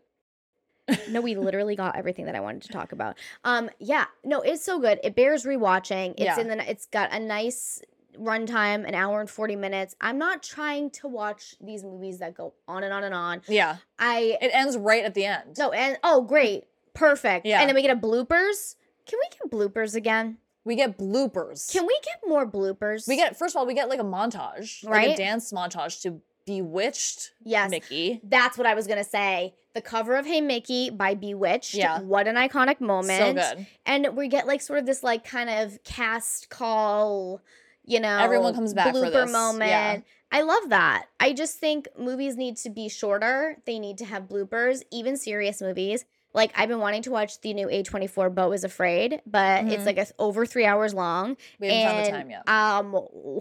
Speaker 2: No, we literally got everything that I wanted to talk about. Um, yeah, no, it's so good. It bears rewatching. It's
Speaker 1: Yeah.
Speaker 2: in the. It's got a nice runtime, an hour and forty minutes. I'm not trying to watch these movies that go on and on and on.
Speaker 1: Yeah.
Speaker 2: I
Speaker 1: It ends right at the end.
Speaker 2: no, and oh, great, perfect.
Speaker 1: Yeah.
Speaker 2: and then we get a bloopers. Can we get bloopers again?
Speaker 1: We get bloopers.
Speaker 2: Can we get more bloopers?
Speaker 1: we get first of all, we get like a montage. Like
Speaker 2: Right?
Speaker 1: a dance montage to Bewitched
Speaker 2: yes.
Speaker 1: Mickey.
Speaker 2: That's what I was gonna say. The cover of Hey Mickey by Bewitched.
Speaker 1: Yeah.
Speaker 2: What an iconic moment.
Speaker 1: So good.
Speaker 2: and we get like sort of this like kind of cast call you know
Speaker 1: Everyone comes back for
Speaker 2: blooper
Speaker 1: this, yeah.
Speaker 2: moment i love that i just think movies need to be shorter they need to have bloopers even serious movies like i've been wanting to watch the new a24 bo is afraid but
Speaker 1: Mhm.
Speaker 2: it's like a, over three hours long
Speaker 1: We haven't found the time
Speaker 2: and,
Speaker 1: yet.
Speaker 2: um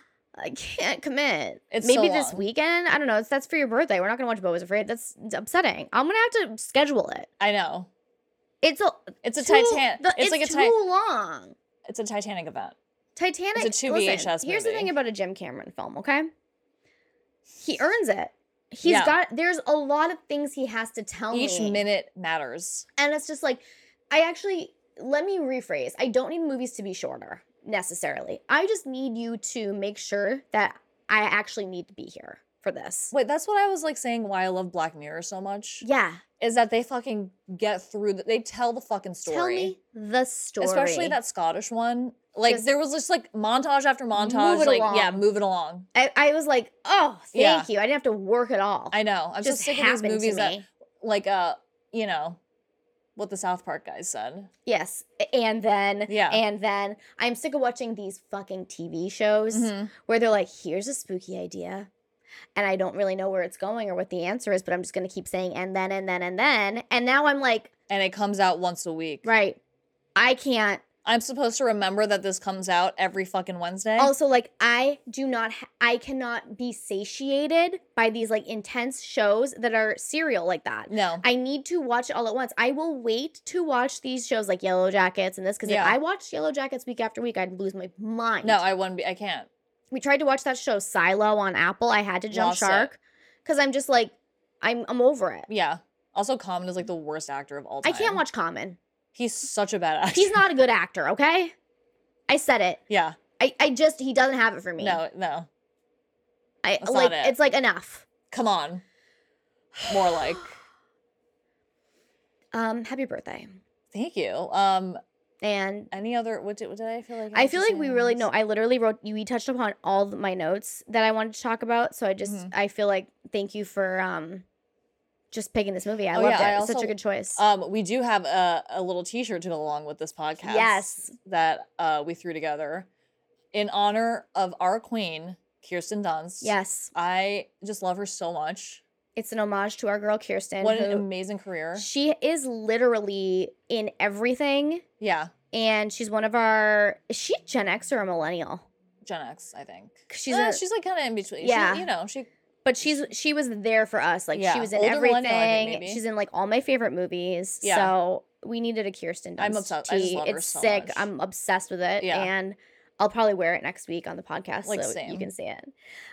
Speaker 2: (laughs) I can't commit.
Speaker 1: It's
Speaker 2: Maybe
Speaker 1: so
Speaker 2: this
Speaker 1: long.
Speaker 2: weekend. I don't know. It's that's for your birthday. We're not gonna watch Bo is Afraid. That's upsetting. I'm gonna have to schedule it.
Speaker 1: I know.
Speaker 2: It's a
Speaker 1: It's a
Speaker 2: too-
Speaker 1: Titanic.
Speaker 2: the-
Speaker 1: it's, like a
Speaker 2: too
Speaker 1: ti-
Speaker 2: long.
Speaker 1: it's a Titanic event.
Speaker 2: Titanic.
Speaker 1: It's a two
Speaker 2: listen,
Speaker 1: VHS
Speaker 2: Here's the
Speaker 1: movie.
Speaker 2: thing about a Jim Cameron film. Okay, he earns it. He's
Speaker 1: Yeah.
Speaker 2: got. There's a lot of things he has to tell
Speaker 1: Each
Speaker 2: me,
Speaker 1: minute matters.
Speaker 2: and it's just like, I actually let me rephrase. I don't need movies to be shorter necessarily. I just need you to make sure that I actually need to be here for this.
Speaker 1: Wait, that's what I was like saying why I love Black Mirror so much
Speaker 2: Yeah,
Speaker 1: is that they fucking get through the, they tell the fucking story.
Speaker 2: tell me the story.
Speaker 1: Especially that Scottish one. Like
Speaker 2: Just-
Speaker 1: there was just like montage after montage
Speaker 2: it
Speaker 1: like yeah,
Speaker 2: along.
Speaker 1: move it along.
Speaker 2: I, I was like, oh, thank
Speaker 1: Yeah.
Speaker 2: you. I didn't have to work at all.
Speaker 1: I know. I'm just
Speaker 2: just
Speaker 1: sick of
Speaker 2: happened
Speaker 1: these movies
Speaker 2: to
Speaker 1: that
Speaker 2: me.
Speaker 1: like uh, you know, what the South Park guys said.
Speaker 2: Yes. a- And then,
Speaker 1: Yeah.
Speaker 2: And then I'm sick of watching these fucking TV shows
Speaker 1: Mhm.
Speaker 2: where they're like, here's a spooky idea. And I don't really know where it's going or what the answer is, but I'm just going to keep saying, and then, and then, and then. And now I'm like,
Speaker 1: And it comes out once a week.
Speaker 2: right, I can't.
Speaker 1: I'm supposed to remember that this comes out every fucking Wednesday.
Speaker 2: Also, like, I do not, ha- I cannot be satiated by these like intense shows that are serial like that.
Speaker 1: no.
Speaker 2: I need to watch it all at once. I will wait to watch these shows like Yellow Jackets and this because
Speaker 1: Yeah.
Speaker 2: if I watched Yellow Jackets week after week, I'd lose my mind.
Speaker 1: no, I wouldn't be I can't.
Speaker 2: we tried to watch that show Silo on Apple. I had to jump
Speaker 1: Lost it.
Speaker 2: shark because I'm just like, I'm I'm over it.
Speaker 1: Yeah. Also Common is like the worst actor of all
Speaker 2: I
Speaker 1: time.
Speaker 2: can't watch Common.
Speaker 1: He's such a bad actor.
Speaker 2: He's not a good actor. Okay, I said it.
Speaker 1: (laughs) Yeah.
Speaker 2: I, I just he doesn't have it for me.
Speaker 1: No, no.
Speaker 2: I
Speaker 1: that's
Speaker 2: like
Speaker 1: not it.
Speaker 2: it's like enough.
Speaker 1: Come on. More
Speaker 2: (sighs)
Speaker 1: like.
Speaker 2: Um, happy birthday.
Speaker 1: Thank you. Um
Speaker 2: And
Speaker 1: any other what did, what did I feel like
Speaker 2: I
Speaker 1: had
Speaker 2: feel
Speaker 1: to
Speaker 2: like
Speaker 1: say
Speaker 2: we
Speaker 1: on
Speaker 2: really
Speaker 1: this?
Speaker 2: know. I literally wrote you. We touched upon all of my notes that I wanted to talk about. So I just
Speaker 1: Mhm.
Speaker 2: I feel like thank you for um just picking this movie. I
Speaker 1: Oh,
Speaker 2: loved
Speaker 1: yeah,
Speaker 2: it.
Speaker 1: I
Speaker 2: It's such
Speaker 1: also-
Speaker 2: a good choice.
Speaker 1: Um, we do have a, a little T-shirt to go along with this podcast.
Speaker 2: Yes.
Speaker 1: that uh, we threw together in honor of our queen, Kirsten Dunst.
Speaker 2: yes,
Speaker 1: I just love her so much.
Speaker 2: it's an homage to our girl Kirsten.
Speaker 1: what an
Speaker 2: who-
Speaker 1: amazing career!
Speaker 2: she is literally in everything,
Speaker 1: yeah,
Speaker 2: and she's one of our. Is she Gen X or a millennial?
Speaker 1: Gen X, I think.
Speaker 2: 'Cause She's
Speaker 1: Eh,
Speaker 2: a,
Speaker 1: she's like kind of in between.
Speaker 2: Yeah.
Speaker 1: she, you know, she
Speaker 2: but she's she was there for us. Like
Speaker 1: Yeah,
Speaker 2: she was in
Speaker 1: older millennial, I think,
Speaker 2: everything.
Speaker 1: maybe.
Speaker 2: She's in like all my favorite movies.
Speaker 1: Yeah.
Speaker 2: So we needed a Kirsten Dunst
Speaker 1: I'm obsessed- I just
Speaker 2: tee.
Speaker 1: love her
Speaker 2: it's
Speaker 1: so
Speaker 2: sick.
Speaker 1: much.
Speaker 2: I'm obsessed with it.
Speaker 1: Yeah.
Speaker 2: And I'll probably wear it next week on the podcast
Speaker 1: Like,
Speaker 2: so
Speaker 1: same.
Speaker 2: you can see it.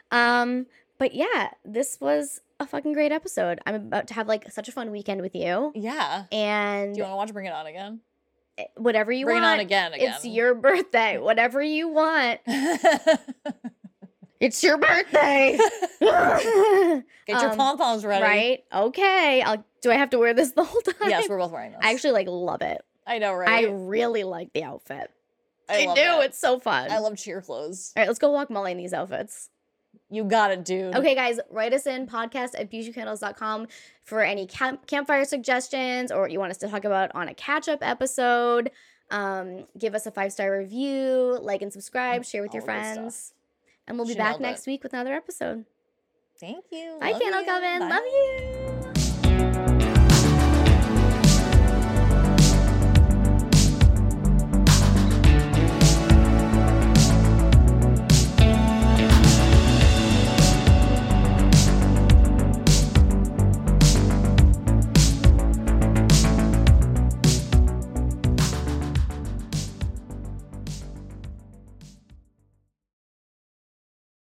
Speaker 2: Um, but yeah, this was a fucking great episode. I'm about to have like such a fun weekend with you.
Speaker 1: yeah. Do
Speaker 2: And
Speaker 1: you want to watch Bring It On again?
Speaker 2: eh, whatever you
Speaker 1: Bring It On
Speaker 2: want.
Speaker 1: again. Again.
Speaker 2: It's your birthday. Whatever
Speaker 1: (laughs)
Speaker 2: you want. It's your (laughs) birthday.
Speaker 1: Get your
Speaker 2: Um,
Speaker 1: pom poms ready.
Speaker 2: right? Okay. I'll do I have to wear this the whole time? (laughs)
Speaker 1: Yes, we're both wearing this.
Speaker 2: I actually like love it.
Speaker 1: I know,
Speaker 2: I
Speaker 1: right?
Speaker 2: really like the outfit.
Speaker 1: love
Speaker 2: do.
Speaker 1: that.
Speaker 2: It's so fun.
Speaker 1: I love cheer clothes.
Speaker 2: All right, let's go walk Molly in these outfits.
Speaker 1: You got it, dude.
Speaker 2: Okay, guys, write us in podcast at beautycandles.com for any camp- campfire suggestions or what you want us to talk about on a catch up episode. Um, give us a five star review, like and subscribe, share with your
Speaker 1: Mm-hmm. All the good stuff.
Speaker 2: friends. And we'll be
Speaker 1: She
Speaker 2: back
Speaker 1: nailed
Speaker 2: next week with another episode.
Speaker 1: Thank you.
Speaker 2: Bye,
Speaker 1: Love
Speaker 2: Candle
Speaker 1: you.
Speaker 2: Coven.
Speaker 1: Bye.
Speaker 2: Love you.